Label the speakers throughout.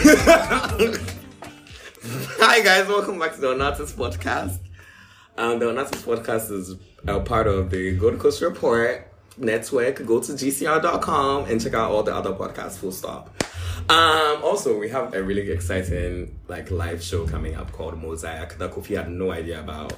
Speaker 1: Hi guys, welcome back to the Onatus podcast. Um, the Onatus podcast is a part of the Gold Coast Report network. Go to gcr.com and check out all the other podcasts. Full stop. Um, also, we have a really exciting like live show coming up called Mosaic that Kofi had no idea about,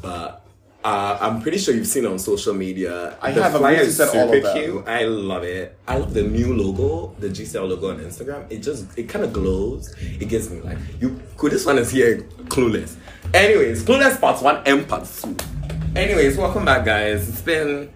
Speaker 1: but. Uh, I'm pretty sure you've seen it on social media.
Speaker 2: I have, I've noticed that all of them.
Speaker 1: I love it. I love the new logo, the GCL logo on Instagram. It just it kind of glows. It gives me like you. Cool, this one is here. Clueless. Anyways, clueless part one and part two. Anyways, welcome back, guys. It's been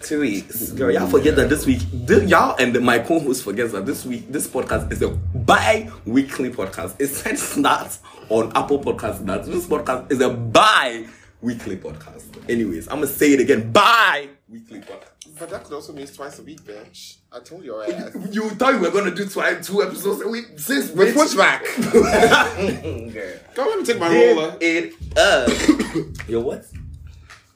Speaker 1: two weeks. Girl, y'all forget that this week, this, y'all and my co-host forgets that this week, this podcast is a bi-weekly podcast. It's it's not on Apple Podcasts. That this podcast is a bi-weekly podcast. Anyways, I'm gonna say it again. Bi-weekly podcast.
Speaker 2: But that could also mean twice a week, bitch. I told your ass.
Speaker 1: You thought we were gonna do twice, two episodes a week, sis.
Speaker 2: With
Speaker 1: bitch.
Speaker 2: pushback.
Speaker 1: Girl.
Speaker 2: Girl, let me take my roller.
Speaker 1: Give it up. Yo, what?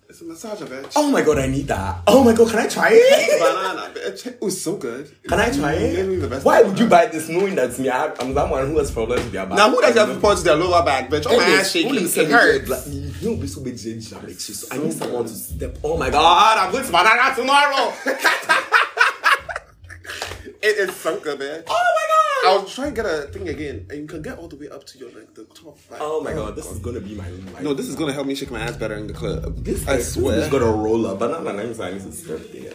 Speaker 2: It's a massager, bitch.
Speaker 1: Oh my god, I need that. Oh my god, can I try it?
Speaker 2: banana, bitch. It was so good.
Speaker 1: Can I try
Speaker 2: You gave me the
Speaker 1: it?
Speaker 2: best
Speaker 1: Why
Speaker 2: banana.
Speaker 1: would you buy this knowing that me? I, I'm someone who has problems with their back.
Speaker 2: Now, who does have to punch their lower back, bitch? Oh, my ass shaking. It hurts.
Speaker 1: You know, be so big, James. I'm like, she's- I need someone to step. Oh my
Speaker 2: Ah,
Speaker 1: god, I'm going to banana tomorrow.
Speaker 2: It is so good, bitch.
Speaker 1: oh my god.
Speaker 2: I'll try and get a thing again, and you can get all the way up to your like the top. Like,
Speaker 1: Oh my god, this is gonna be my life.
Speaker 2: No, this is gonna help me shake my ass better in the club.
Speaker 1: This
Speaker 2: I
Speaker 1: is-
Speaker 2: swear.
Speaker 1: This is gonna roll up. Banana, I'm sorry, this is birthday.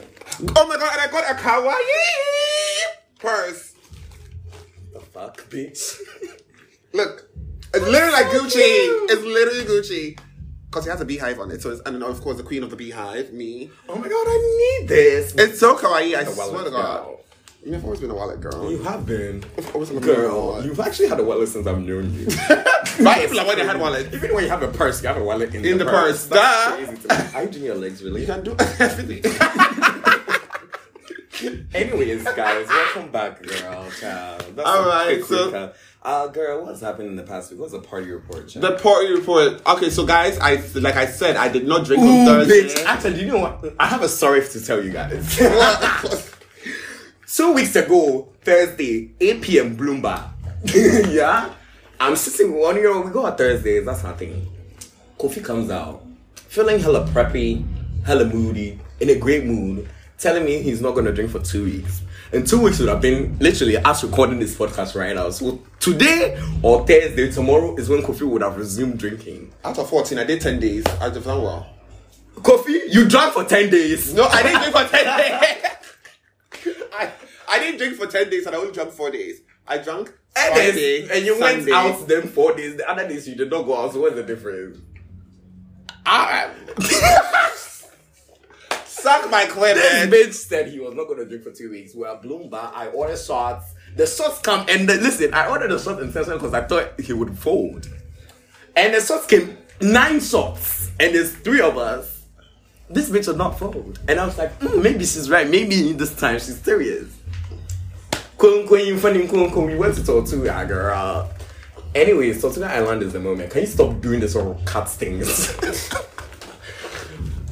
Speaker 2: oh my god! And I got a kawaii purse.
Speaker 1: The fuck, bitch.
Speaker 2: Look, it's literally like Gucci.
Speaker 1: cute.
Speaker 2: It's literally Gucci. Because he has a beehive on it. So it's, and of course, the queen of the beehive, me.
Speaker 1: oh my god, I need this.
Speaker 2: It's so kawaii, I
Speaker 1: A wallet
Speaker 2: swear to God.
Speaker 1: girl.
Speaker 2: You've always been a wallet girl.
Speaker 1: You have been.
Speaker 2: Of course I'm a
Speaker 1: Girl,
Speaker 2: wallet.
Speaker 1: you've actually had a wallet since I've known you.
Speaker 2: Right? People are like, I had wallet.
Speaker 1: Even when you have a purse, you have a wallet in,
Speaker 2: In
Speaker 1: the,
Speaker 2: the
Speaker 1: purse.
Speaker 2: purse,
Speaker 1: That's
Speaker 2: duh.
Speaker 1: crazy to me. Are you doing your legs really?
Speaker 2: You can do everything.
Speaker 1: Anyways, guys, welcome back, girl, child. That's
Speaker 2: All
Speaker 1: a
Speaker 2: right,
Speaker 1: quick
Speaker 2: so-
Speaker 1: recap. uh, girl, what's happened in the past week? What's the party report? Child?
Speaker 2: the party report. Okay, so guys, I like I said, I did not drink on
Speaker 1: Ooh,
Speaker 2: Thursday.
Speaker 1: bitch. Actually, you know what? I have a story to tell you guys. Two weeks ago, Thursday, 8 p.m. Bloomba. yeah? I'm sitting with one, you know, we go on Thursdays, that's our thing. Kofi comes out, feeling hella preppy, hella moody, in a great mood, telling me he's not gonna drink for two weeks. And two weeks would have been literally us recording this podcast right now. So today or Thursday, tomorrow is when Kofi would have resumed drinking.
Speaker 2: Out of 14, I did 10 days. I've done well.
Speaker 1: Kofi, you drank for 10 days.
Speaker 2: No, I didn't drink for 10 days. I, I didn't drink for 10 days and I only drank 4 days. I drank
Speaker 1: And, then-
Speaker 2: Friday,
Speaker 1: and you went
Speaker 2: Sunday.
Speaker 1: out them four days. The other days you did not go out. So what's the difference?
Speaker 2: Ah, Suck my clit,
Speaker 1: This
Speaker 2: man.
Speaker 1: bitch said he was not going to drink for two weeks. Well, Bloomberg, I ordered shots. The shots come and the, listen, I ordered the shots intentionally because I thought he would fold. And the shots came nine shots, and there's three of us. This bitch will not fold. And I was like, "Hmm, maybe she's right. Maybe this time she's serious. Kun kun you funny kun kun. We went to Tortuga, girl. Anyways, Tortuga Island is the moment. Can you stop doing this or cut things?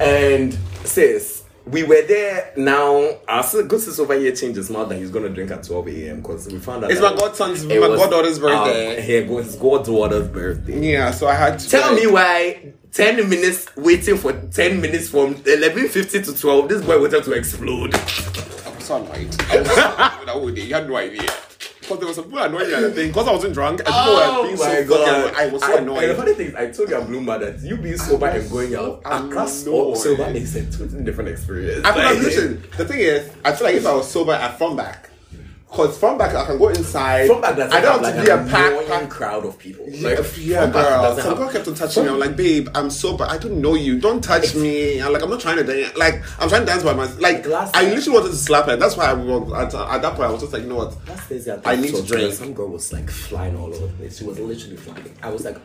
Speaker 1: and sis, we were there. Now our si- good sis over here changed his mind that he's gonna drink at 12 a.m. because we found out
Speaker 2: It's
Speaker 1: that
Speaker 2: my godson's-
Speaker 1: it
Speaker 2: my
Speaker 1: was,
Speaker 2: goddaughter's
Speaker 1: um,
Speaker 2: birthday.
Speaker 1: Here goes his goddaughter's birthday.
Speaker 2: Yeah, so I had to.
Speaker 1: Tell me why 10 minutes waiting for 10 minutes from 11.50 to 12, this boy wanted to explode.
Speaker 2: I was so annoyed. I was so annoyed that whole day. You had no idea. Because there was some people annoying me at the thing. Because I wasn't drunk. And people were being so fucking annoying. I was so annoyed.
Speaker 1: Oh And the funny thing is, I told your bloomer that you being sober
Speaker 2: was
Speaker 1: and going
Speaker 2: so
Speaker 1: out across all
Speaker 2: annoyed.
Speaker 1: sober is a totally different experience.
Speaker 2: I feel like,
Speaker 1: Like,
Speaker 2: listen, the thing is, I feel like if I was sober at From Back, because From Back, I can go inside.
Speaker 1: From back, that's
Speaker 2: I don't have
Speaker 1: like
Speaker 2: to be a
Speaker 1: an
Speaker 2: pack.
Speaker 1: annoying
Speaker 2: pack
Speaker 1: crowd of people.
Speaker 2: like, yeah,
Speaker 1: From back
Speaker 2: girl.
Speaker 1: doesn't
Speaker 2: Some
Speaker 1: have-
Speaker 2: girl kept on touching me. I'm like, babe, I'm sober. I don't know you. Don't touch me. I'm like, I'm not trying to dance. Like, I'm trying to dance by myself. Like,
Speaker 1: Last
Speaker 2: I
Speaker 1: time-
Speaker 2: literally wanted to slap her. That's why I was, at, at that point, I was just like, you know what?
Speaker 1: Last Thursday,
Speaker 2: I
Speaker 1: think
Speaker 2: need
Speaker 1: so,
Speaker 2: to drink.
Speaker 1: because Some girl was like flying all over the place. She was literally flying. I was like,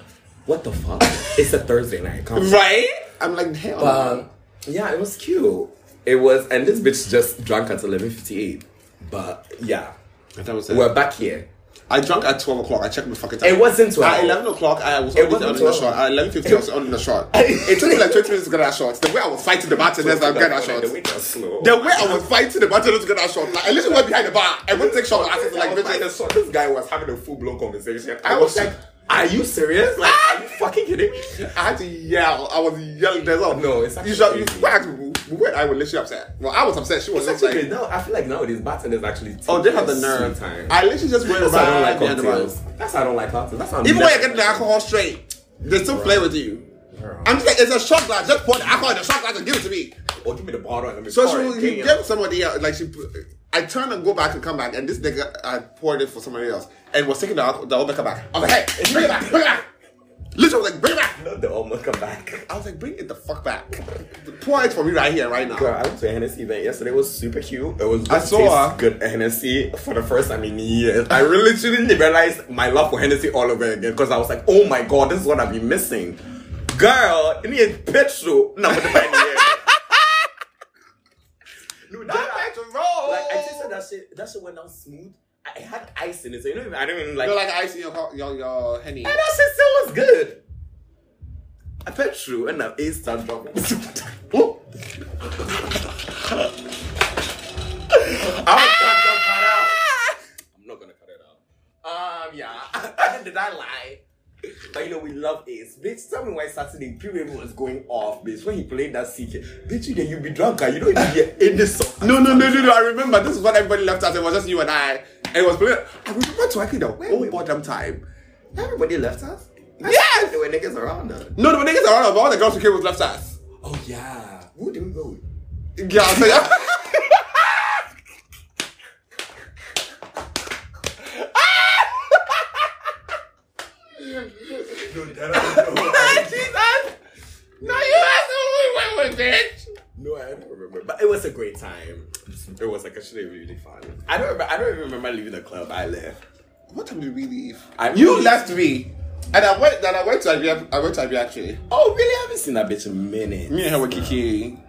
Speaker 1: what the fuck? it's a Thursday night. Come on.
Speaker 2: Right? I'm like, hell. no.
Speaker 1: Um, yeah, it was cute. It was, and this bitch just drank at eleven fifty eight. But yeah,
Speaker 2: That was it.
Speaker 1: we're back here.
Speaker 2: I drank at 12 o'clock. I checked my fucking time.
Speaker 1: It wasn't 12.
Speaker 2: At 11 o'clock, I was
Speaker 1: It
Speaker 2: already
Speaker 1: wasn't
Speaker 2: on the
Speaker 1: 12.
Speaker 2: shot. At 11.50, I was on the shot. It took me like 20 minutes to get that shot. The way I was fighting the bartenders, I got that shot.
Speaker 1: The wait was slow.
Speaker 2: The way I was fighting the bartenders to get that shot. Like, I literally went behind the bar. I went to take shots. I was
Speaker 1: I
Speaker 2: like,
Speaker 1: was like,
Speaker 2: bitch,
Speaker 1: this guy was having a full blown conversation.
Speaker 2: I was like,
Speaker 1: Are you serious? Like, are you fucking kidding me?
Speaker 2: I had to yell. I was yelling. There's all
Speaker 1: No, it's
Speaker 2: You
Speaker 1: actually
Speaker 2: should. You,
Speaker 1: crazy.
Speaker 2: why actually, when I was literally upset. Well, I was upset. She was
Speaker 1: It's
Speaker 2: just
Speaker 1: actually
Speaker 2: like,
Speaker 1: good. No, I feel like nowadays bartenders actually.
Speaker 2: oh, they have the
Speaker 1: teach
Speaker 2: nerve.
Speaker 1: sweet Time.
Speaker 2: I literally just went
Speaker 1: That's why I don't
Speaker 2: right
Speaker 1: like
Speaker 2: behind the
Speaker 1: cocktails.
Speaker 2: bar.
Speaker 1: That's why I don't like cocktails. That's why I'm
Speaker 2: Even when
Speaker 1: never-
Speaker 2: you're getting the alcohol straight, they still play with you.
Speaker 1: Girl.
Speaker 2: I'm just like, it's a shot glass. Just pour the alcohol in the shot glass and give it to me.
Speaker 1: Or oh, give me the bottle and let me
Speaker 2: So
Speaker 1: pour it.
Speaker 2: she, he
Speaker 1: Damn.
Speaker 2: gave somebody else. Like she, I turned and go back and come back, and this nigga I poured it for somebody else and was taking the alcohol, the other come back. I was like, hey, bring it back, bring it back. Literally, I was like, bring it back.
Speaker 1: Not the almost come back.
Speaker 2: I was like, bring it the fuck back. Pour it for me right here, right now.
Speaker 1: Girl, I went to a Hennessy event yesterday. It was super cute. It was
Speaker 2: I
Speaker 1: it
Speaker 2: saw
Speaker 1: tastes
Speaker 2: her.
Speaker 1: good Hennessy for the first time in years. I really literally realized my love for Hennessy all over again because I was like, oh my god, this is what I've been missing. Girl, you need a petrol. No, what the fuck? No, that- Like I tasted that shit. That shit went down smooth. I it had ice in it, so you know even, I don't even like.
Speaker 2: You're like ice in your, co- your, your henny.
Speaker 1: and that shit still was good. I pet true and now A star dropping. Oh.
Speaker 2: Ooh.
Speaker 1: I'm not gonna cut it out. Um, yeah. Did I lie? But you know, we love Ace. Bitch, tell me why Saturday pre-wave was going off, bitch. When he played that CK. Bitch, you, you be drunk, guy. You don't even hear any song.
Speaker 2: No, no, no, no, no. I remember. This is what everybody left out. It was just you and I. And it was playing. I remember talking the whole
Speaker 1: wait.
Speaker 2: bottom time.
Speaker 1: Everybody left us.
Speaker 2: Yes!
Speaker 1: There were niggas around us.
Speaker 2: No, the niggas around us, but all the girls who came was left us.
Speaker 1: Oh, yeah. Who did we go with?
Speaker 2: Yeah, I was like,
Speaker 1: No, that I don't know.
Speaker 2: Jesus! No, you asked went with bitch.
Speaker 1: No, I don't remember. But it was a great time. It was like actually really fun. I don't. Remember, I don't even remember leaving the club. I left.
Speaker 2: What time did we leave?
Speaker 1: I
Speaker 2: you
Speaker 1: really-
Speaker 2: left me. And I went then I went to Abia I went to Abia actually.
Speaker 1: Oh, really? I haven't seen that bitch in a minute.
Speaker 2: Me and her were kiki.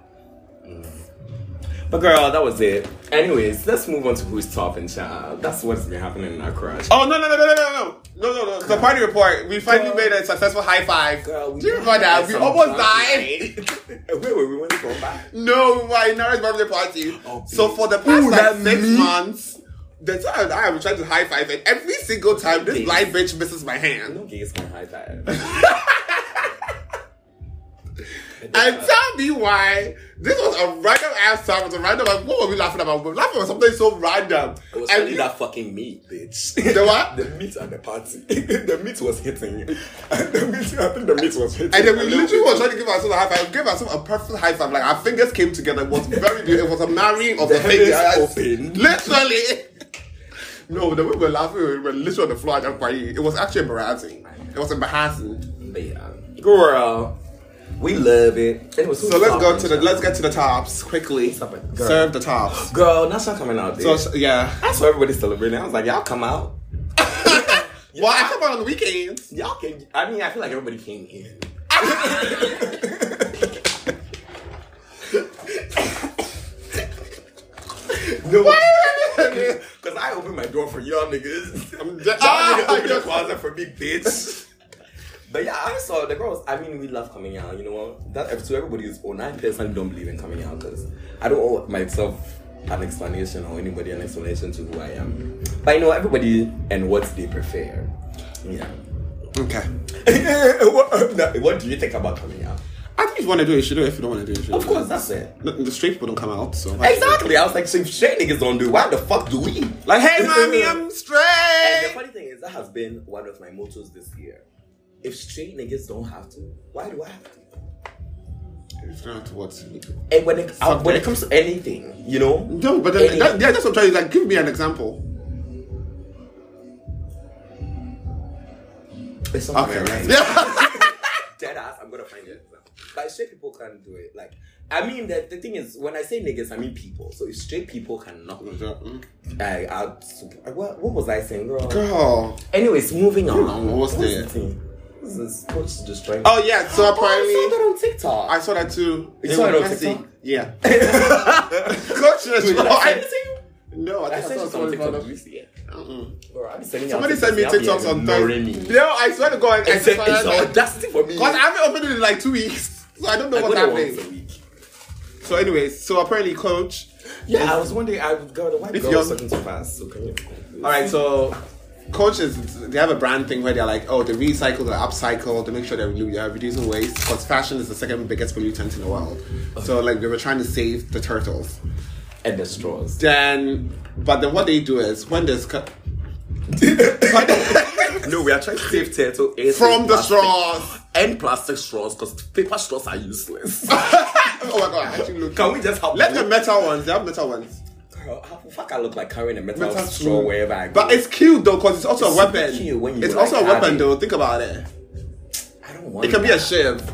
Speaker 1: But girl, that was it. Anyways, let's move on to who's topping, child. That's what's been happening in our crush.
Speaker 2: Oh no no no no no no no no no the party report. We finally
Speaker 1: Girl.
Speaker 2: made a successful high five.
Speaker 1: Girl, we
Speaker 2: Do you remember that? We almost died.
Speaker 1: Wait, wait, we went to go back.
Speaker 2: No, my Nara's birthday party.
Speaker 1: Oh,
Speaker 2: so
Speaker 1: bitch.
Speaker 2: for the past
Speaker 1: Ooh,
Speaker 2: like
Speaker 1: that
Speaker 2: six
Speaker 1: me?
Speaker 2: months, the time I have tried to high five and every single time this
Speaker 1: Bitch.
Speaker 2: blind bitch misses my hand.
Speaker 1: No gays can high five.
Speaker 2: And tell me why this was a random ass time. It was a random. What were we laughing about? We were laughing about something so random.
Speaker 1: It was
Speaker 2: And
Speaker 1: only
Speaker 2: you-
Speaker 1: that fucking meat, bitch.
Speaker 2: The what?
Speaker 1: The meat at the party. the meat was hitting. the meat, I think the meat was hitting.
Speaker 2: And then
Speaker 1: a
Speaker 2: we
Speaker 1: little bit.
Speaker 2: literally were trying to give ourselves a high five. We gave ourselves a perfect high five. Like our fingers came together. It was very beautiful. It was a marrying of the,
Speaker 1: The
Speaker 2: fingers.
Speaker 1: heavens opened.
Speaker 2: Literally. No, the way we were laughing, we were literally on the floor at that party. It was actually embarrassing. It was embarrassing.
Speaker 1: But yeah, girl, we love it. Anyway,
Speaker 2: So let's go to the let's get to the tops quickly.
Speaker 1: Stop it, girl.
Speaker 2: Serve the tops.
Speaker 1: girl. That's not coming out.
Speaker 2: So
Speaker 1: There.
Speaker 2: yeah.
Speaker 1: that's what everybody's celebrating. I was like, y'all come out.
Speaker 2: Well, I come out on the weekends.
Speaker 1: Y'all can. I mean, I feel like everybody came in. no, because I opened my door for y'all niggas.
Speaker 2: I'm just-
Speaker 1: y'all
Speaker 2: Ah,
Speaker 1: niggas opened the
Speaker 2: yes.
Speaker 1: closet for me, bitch. But yeah, I saw the girls. I mean, we love coming out. You know what? That to everybody's own. I personally oh, don't believe in coming out because I don't owe myself an explanation or anybody an explanation to who I am. But you know, everybody and what they prefer. Yeah.
Speaker 2: Okay.
Speaker 1: what, no, what do you think about coming out?
Speaker 2: I think if you want to do it, you should do it. If you don't want to do it, you should
Speaker 1: Of course, that's it.
Speaker 2: The, the straight people don't come out, so
Speaker 1: Exactly. I was like, so if straight niggas don't do, it, why the fuck do we?
Speaker 2: Like, hey, mommy, I'm
Speaker 1: And the
Speaker 2: straight.
Speaker 1: funny thing is, that has been one of my mottos this year. If straight niggas don't have to, why do I have to?
Speaker 2: It's not what.
Speaker 1: And when it uh,
Speaker 2: Fuck
Speaker 1: when
Speaker 2: that.
Speaker 1: it comes to anything, you know.
Speaker 2: No, but
Speaker 1: Any-
Speaker 2: then, that, yeah, that's what I'm trying to like. Give me an example.
Speaker 1: It's not
Speaker 2: Okay,
Speaker 1: right.
Speaker 2: right. Yeah.
Speaker 1: Dead ass, I'm gonna find it. But straight people can do it. Like, I mean, the, the thing is, when I say niggas, I mean people. So if straight people cannot, I, I'll, what, what was I saying, girl?
Speaker 2: Girl.
Speaker 1: Anyways, moving on.
Speaker 2: on, what was
Speaker 1: the
Speaker 2: that?
Speaker 1: thing? This is supposed to destroy.
Speaker 2: Oh yeah. So apparently,
Speaker 1: I saw that on TikTok.
Speaker 2: I saw that too.
Speaker 1: You saw it on
Speaker 2: messy.
Speaker 1: TikTok?
Speaker 2: Yeah. Coach,
Speaker 1: Wait, did
Speaker 2: no,
Speaker 1: I send
Speaker 2: I,
Speaker 1: it to you?
Speaker 2: no, I
Speaker 1: I
Speaker 2: think
Speaker 1: sent
Speaker 2: I, saw
Speaker 1: you some
Speaker 2: something
Speaker 1: TikTok.
Speaker 2: on
Speaker 1: Did you
Speaker 2: the-
Speaker 1: see it?
Speaker 2: Mm-mm.
Speaker 1: Bro, I've been sending you
Speaker 2: Somebody
Speaker 1: out
Speaker 2: sent me
Speaker 1: TikToks, y'all be
Speaker 2: TikToks on
Speaker 1: ignoring me.
Speaker 2: Thursday. No, I swear to God, I
Speaker 1: It's, a, it's an
Speaker 2: because
Speaker 1: audacity for me.
Speaker 2: I haven't opened it in like two weeks, so I don't know
Speaker 1: I
Speaker 2: what's
Speaker 1: go there once
Speaker 2: happening.
Speaker 1: a week.
Speaker 2: So, anyways, so apparently, Coach.
Speaker 1: Yeah, I was wondering. I would go. The white
Speaker 2: If
Speaker 1: girl
Speaker 2: you're-
Speaker 1: was talking too fast. So can you?
Speaker 2: All right, so coaches they have a brand thing where they're like, oh, they recycle, they upcycle, they make sure they're re- uh, reducing waste because fashion is the second biggest pollutant in the world. So like they were trying to save the turtles.
Speaker 1: and the straws.
Speaker 2: Then, but then what they do is when there's cu-
Speaker 1: No, we are trying to save turtle eggs
Speaker 2: from
Speaker 1: and
Speaker 2: the Oh
Speaker 1: plastic-
Speaker 2: straws.
Speaker 1: and plastic straws because paper straws are useless.
Speaker 2: Oh my god! I Actually, look.
Speaker 1: Can we just have
Speaker 2: Let the metal ones. They have metal ones.
Speaker 1: Girl, how the fuck I look like carrying a metal,
Speaker 2: Metal
Speaker 1: straw
Speaker 2: too.
Speaker 1: wherever I go?
Speaker 2: But it's cute though, cause it's also
Speaker 1: It's
Speaker 2: a weapon.
Speaker 1: super cute when you,
Speaker 2: it's
Speaker 1: like,
Speaker 2: also a
Speaker 1: add
Speaker 2: weapon
Speaker 1: it.
Speaker 2: though. Think about it.
Speaker 1: I don't want.
Speaker 2: It can be a
Speaker 1: that.
Speaker 2: shiv.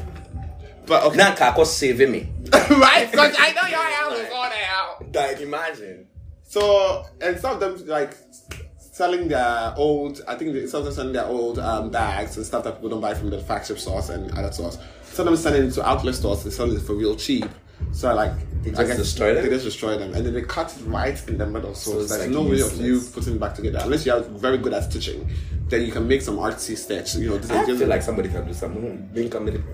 Speaker 2: But okay.
Speaker 1: Now Kako saving me.
Speaker 2: right? Because I know your house is on out.
Speaker 1: Like imagine.
Speaker 2: So and some of them like selling their old I think they- some of them selling their old um, bags and stuff that people don't buy from the flagship stores and other stores. Some of them selling it to outlet stores and selling it for real cheap. So like they
Speaker 1: just destroy them?
Speaker 2: They just destroy them and then they cut it right in the middle. So,
Speaker 1: So
Speaker 2: it's
Speaker 1: it's,
Speaker 2: like
Speaker 1: like,
Speaker 2: no way of you
Speaker 1: useless.
Speaker 2: putting it back together unless you are very good at stitching. Then you can make some artsy stitch. You know, this
Speaker 1: I
Speaker 2: is
Speaker 1: feel like somebody can do something. Being committed.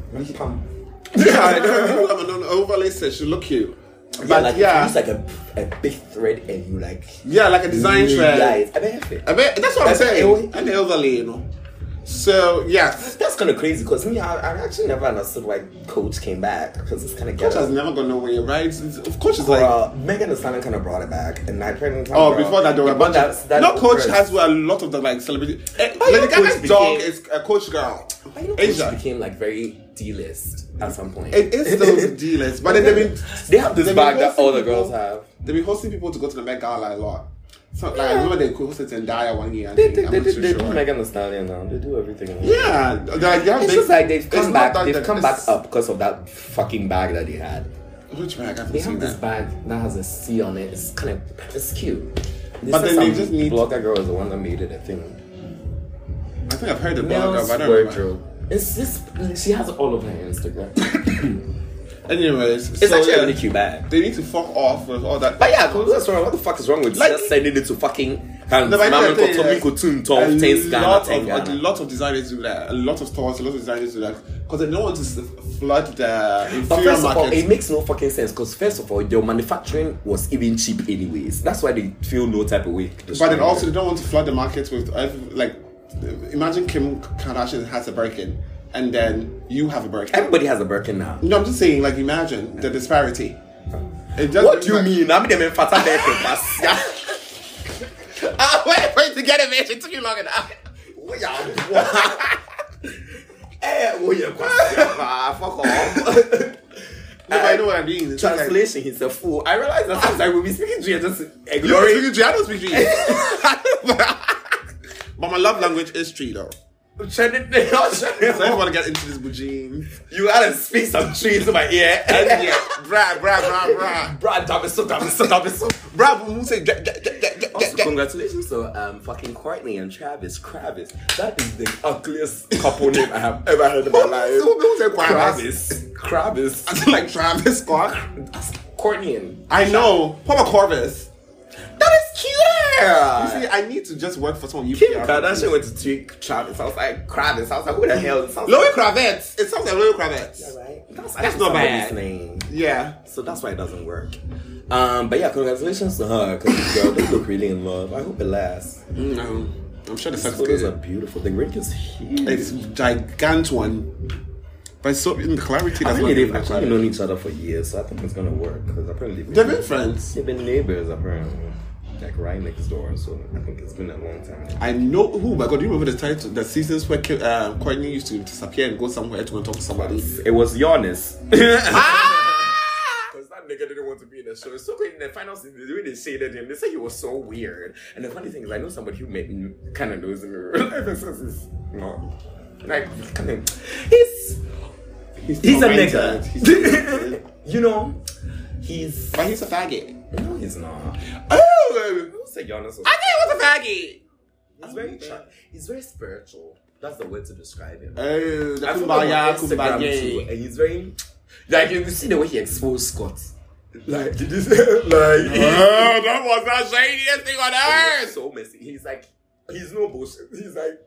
Speaker 2: yeah, I'm an overlay stitch. You look cute. But
Speaker 1: Yeah, like
Speaker 2: yeah,
Speaker 1: it's like a, a big thread and you like
Speaker 2: Yeah, like a design trend.
Speaker 1: Yeah, it's- I benefit.
Speaker 2: I bet that's what I'm
Speaker 1: That's E?
Speaker 2: saying.
Speaker 1: AOE.
Speaker 2: An elderly, you know. So yes,
Speaker 1: That's kind of crazy because me, I, I actually never understood why Coach came back because it's kind of
Speaker 2: coach
Speaker 1: ghetto.
Speaker 2: has never gone nowhere, right? It's- Of course, it's like
Speaker 1: Bruh, Megan Thee Stallion kind of brought it back, and I kind of
Speaker 2: oh, before that there were a bunch
Speaker 1: that's,
Speaker 2: of no coach has a lot of the like celebrity. Eh,
Speaker 1: Oh, yeah,
Speaker 2: Lady Gaga's
Speaker 1: Coach
Speaker 2: dog
Speaker 1: became-
Speaker 2: is a coach girl.
Speaker 1: I know Coach
Speaker 2: Asia.
Speaker 1: became like very D-list at some point.
Speaker 2: It is still dealers, but then they've been
Speaker 1: They have this
Speaker 2: they've been
Speaker 1: bag that
Speaker 2: hosting
Speaker 1: all the
Speaker 2: people-
Speaker 1: girls have.
Speaker 2: They've been hosting people to go to the Met Gala a lot. So like I
Speaker 1: Yeah.
Speaker 2: remember they hosted Zendaya one year. I
Speaker 1: They,
Speaker 2: think.
Speaker 1: they,
Speaker 2: I'm
Speaker 1: they,
Speaker 2: not
Speaker 1: they,
Speaker 2: too
Speaker 1: they
Speaker 2: sure.
Speaker 1: do Megan Thee Stallion now. They do everything. now.
Speaker 2: Yeah, like, they have-
Speaker 1: It's
Speaker 2: they-
Speaker 1: just like they've
Speaker 2: it's
Speaker 1: come
Speaker 2: not
Speaker 1: back.
Speaker 2: that
Speaker 1: They've
Speaker 2: the-
Speaker 1: come
Speaker 2: it's-
Speaker 1: back up because of that fucking bag that they had.
Speaker 2: Which bag? I've
Speaker 1: They
Speaker 2: seen
Speaker 1: have this
Speaker 2: that.
Speaker 1: bag that has a C on it. It's kind of it's cute. They
Speaker 2: But
Speaker 1: said
Speaker 2: then they
Speaker 1: some
Speaker 2: just need-
Speaker 1: blogger girl is the one that made it a thing.
Speaker 2: I think I've heard the blog,
Speaker 1: Mel's
Speaker 2: but I don't remember.
Speaker 1: wardrobe. It's just she has it all over her Instagram. it's
Speaker 2: Anyways, so,
Speaker 1: actually
Speaker 2: yeah,
Speaker 1: a really cute bag.
Speaker 2: They need to fuck off with all that.
Speaker 1: But yeah, what's wrong? What the fuck is wrong with
Speaker 2: Like-
Speaker 1: just sending it to fucking um, hands?
Speaker 2: No, but I
Speaker 1: Mama
Speaker 2: think the
Speaker 1: Nkoto,
Speaker 2: thing
Speaker 1: Miko Tun,
Speaker 2: a
Speaker 1: Tom, Tens, Ghana,
Speaker 2: lot
Speaker 1: Ten,
Speaker 2: of a
Speaker 1: Ghana.
Speaker 2: lot of designers do that. A lot of stores, a lot of designers do that because they don't want to s- flood the
Speaker 1: But
Speaker 2: inferior
Speaker 1: first of all,
Speaker 2: market.
Speaker 1: it makes no fucking sense because first of all, your manufacturing was even cheap anyways. That's why they feel no type of way.
Speaker 2: but then also they don't want to flood the market with every, like, imagine Kim Kardashian has a Birkin and then you have a Birkin.
Speaker 1: everybody has a Birkin now.
Speaker 2: no, I'm just saying, like, imagine the disparity. It just-
Speaker 1: What do you mean? I'm the man fatter than Ah, wait for it to get a bitch. It took you long enough. We are Eh,
Speaker 2: Oh,
Speaker 1: we are Fuck off.
Speaker 2: No, but I know what I mean. It's just like-
Speaker 1: Translation, he's a fool. I realize that sometimes I will be speaking to you and just
Speaker 2: You don't speak
Speaker 1: ignoring.
Speaker 2: Greek. I don't speak Greek. but my love language is tree though.
Speaker 1: Trending-
Speaker 2: So I just want to get into this bujine.
Speaker 1: You gotta speak some trees to my ear.
Speaker 2: And yeah, brah, brah, brah, brah.
Speaker 1: Bro, dumb it so, dumb it so, dumb it so.
Speaker 2: Brah, when we say get, get, get, get, get,
Speaker 1: Also,
Speaker 2: get, get.
Speaker 1: congratulations to um fucking Courtney and Travis Kravis. That is the ugliest couple name I have ever heard in my life.
Speaker 2: Who- who said Kravis?
Speaker 1: Kravis. Kravis.
Speaker 2: I feel like Travis Scott.
Speaker 1: That's Courtney and
Speaker 2: I know. Papa Corvus.
Speaker 1: that is cuter.
Speaker 2: See, I need to just work for someone. You
Speaker 1: Kim
Speaker 2: PR.
Speaker 1: Kardashian went to tweet Travis. I was like Kravis. I was like, who the hell? It sounds
Speaker 2: Lois Kravitz. It sounds like Lois Kravitz.
Speaker 1: Right? That's,
Speaker 2: not bad.
Speaker 1: somebody's Name.
Speaker 2: Yeah.
Speaker 1: So that's why it doesn't work. Um, but yeah, congratulations to her because girl, they look really in love. I hope it lasts.
Speaker 2: Mm, No, I'm sure the
Speaker 1: These
Speaker 2: sex
Speaker 1: photos
Speaker 2: is
Speaker 1: are
Speaker 2: good.
Speaker 1: beautiful. The ring is huge.
Speaker 2: It's gigant one, but it's so in the clarity.
Speaker 1: I
Speaker 2: That's
Speaker 1: really, they've
Speaker 2: not
Speaker 1: actually known each other for years, so I think it's gonna work. Because apparently
Speaker 2: They've been friends.
Speaker 1: they've been neighbors, apparently, like right next door. So I think it's been a long time.
Speaker 2: I know. Oh my god! Do you remember the title, the seasons where Kim, uh, Courtney used to disappear and go somewhere to go and talk to somebody?
Speaker 1: It was Giannis.
Speaker 2: Ah!
Speaker 1: Because that nigga didn't want to be in the show. It's so great in the final season. The way they shaded him, they said he was so weird. And the funny thing is, I know somebody who kind of knows him in real life and says he's not. Like, he's kind of. He's. He's, a
Speaker 2: tormented.
Speaker 1: nigga.
Speaker 2: He's tormented.
Speaker 1: you know, he's.
Speaker 2: But he's a faggot.
Speaker 1: No, he's not.
Speaker 2: Oh!
Speaker 1: Who said Giannis was.
Speaker 2: I thought he
Speaker 1: He's very, tra- he's very spiritual. That's the word to describe him.
Speaker 2: was a faggot.
Speaker 1: I
Speaker 2: Oh,
Speaker 1: follow him on
Speaker 2: kumbaya,
Speaker 1: Instagram too,
Speaker 2: kumbaya.
Speaker 1: and he's very like you see the way he exposed Scott. Like did you see- like
Speaker 2: Oh, that was the shadiest thing on
Speaker 1: he was
Speaker 2: earth.
Speaker 1: so messy. He's like he's no bullshit. He's like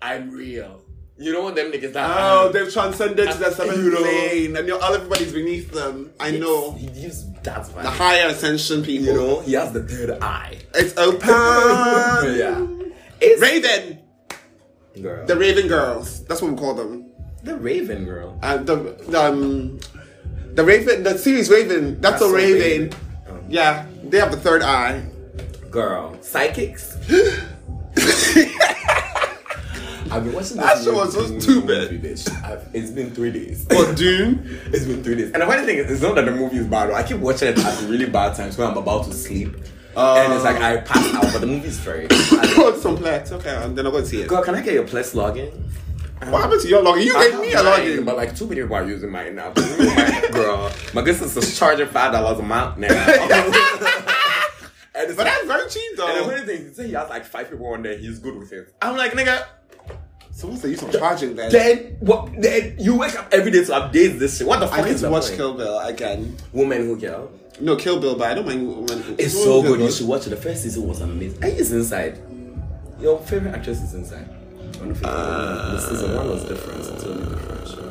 Speaker 1: I'm real. You know them niggas that
Speaker 2: Oh, they've transcended to the seventh
Speaker 1: You know.
Speaker 2: plane, and you're, all everybody's beneath them. I know
Speaker 1: He gives that vibe.
Speaker 2: the higher ascension people.
Speaker 1: you know he has the third eye.
Speaker 2: it's open.
Speaker 1: yeah. It's
Speaker 2: Raven,
Speaker 1: girl.
Speaker 2: the
Speaker 1: The,
Speaker 2: Raven girls. That's what we call them.
Speaker 1: Raven girl.
Speaker 2: Uh, the the, um, the Raven, the series Raven. That's, a
Speaker 1: so
Speaker 2: Raven.
Speaker 1: Um,
Speaker 2: Yeah, they have the third eye.
Speaker 1: Girl. Psychics. I've been watching this
Speaker 2: That shit was so
Speaker 1: movie,
Speaker 2: stupid.
Speaker 1: movie, bitch. I've- it's been three days.
Speaker 2: But Dune,
Speaker 1: It's been three days. And the funny thing is, it's not that the movie is bad. I keep watching it at really bad times when I'm about to sleep. and it's like I pass out, but the movie's very.
Speaker 2: got some plats. Okay, and then I'm going to see it.
Speaker 1: Girl, can I get your plus login?
Speaker 2: What happened to your login? You gave me a login.
Speaker 1: But like two people are using mine now. Girl, my good sister's charging five dollars a month now. and it's
Speaker 2: But
Speaker 1: like,
Speaker 2: that's very cheap
Speaker 1: and the
Speaker 2: though.
Speaker 1: funny thing is, he has like five people on there. He's good with it. I'm like, nigga.
Speaker 2: Someone said you some charging then.
Speaker 1: Then what? Then you wake up every day to update this shit. What the fuck
Speaker 2: I need
Speaker 1: is
Speaker 2: to
Speaker 1: the
Speaker 2: watch
Speaker 1: point?
Speaker 2: Kill Bill again.
Speaker 1: Woman who kill.
Speaker 2: No, Kill Bill, but I don't mind. When,
Speaker 1: It's so good. You should watch it. The first season was amazing. And it's inside. Your favorite actress is inside. One of your favorite- the season one was different. It's totally different. Sure.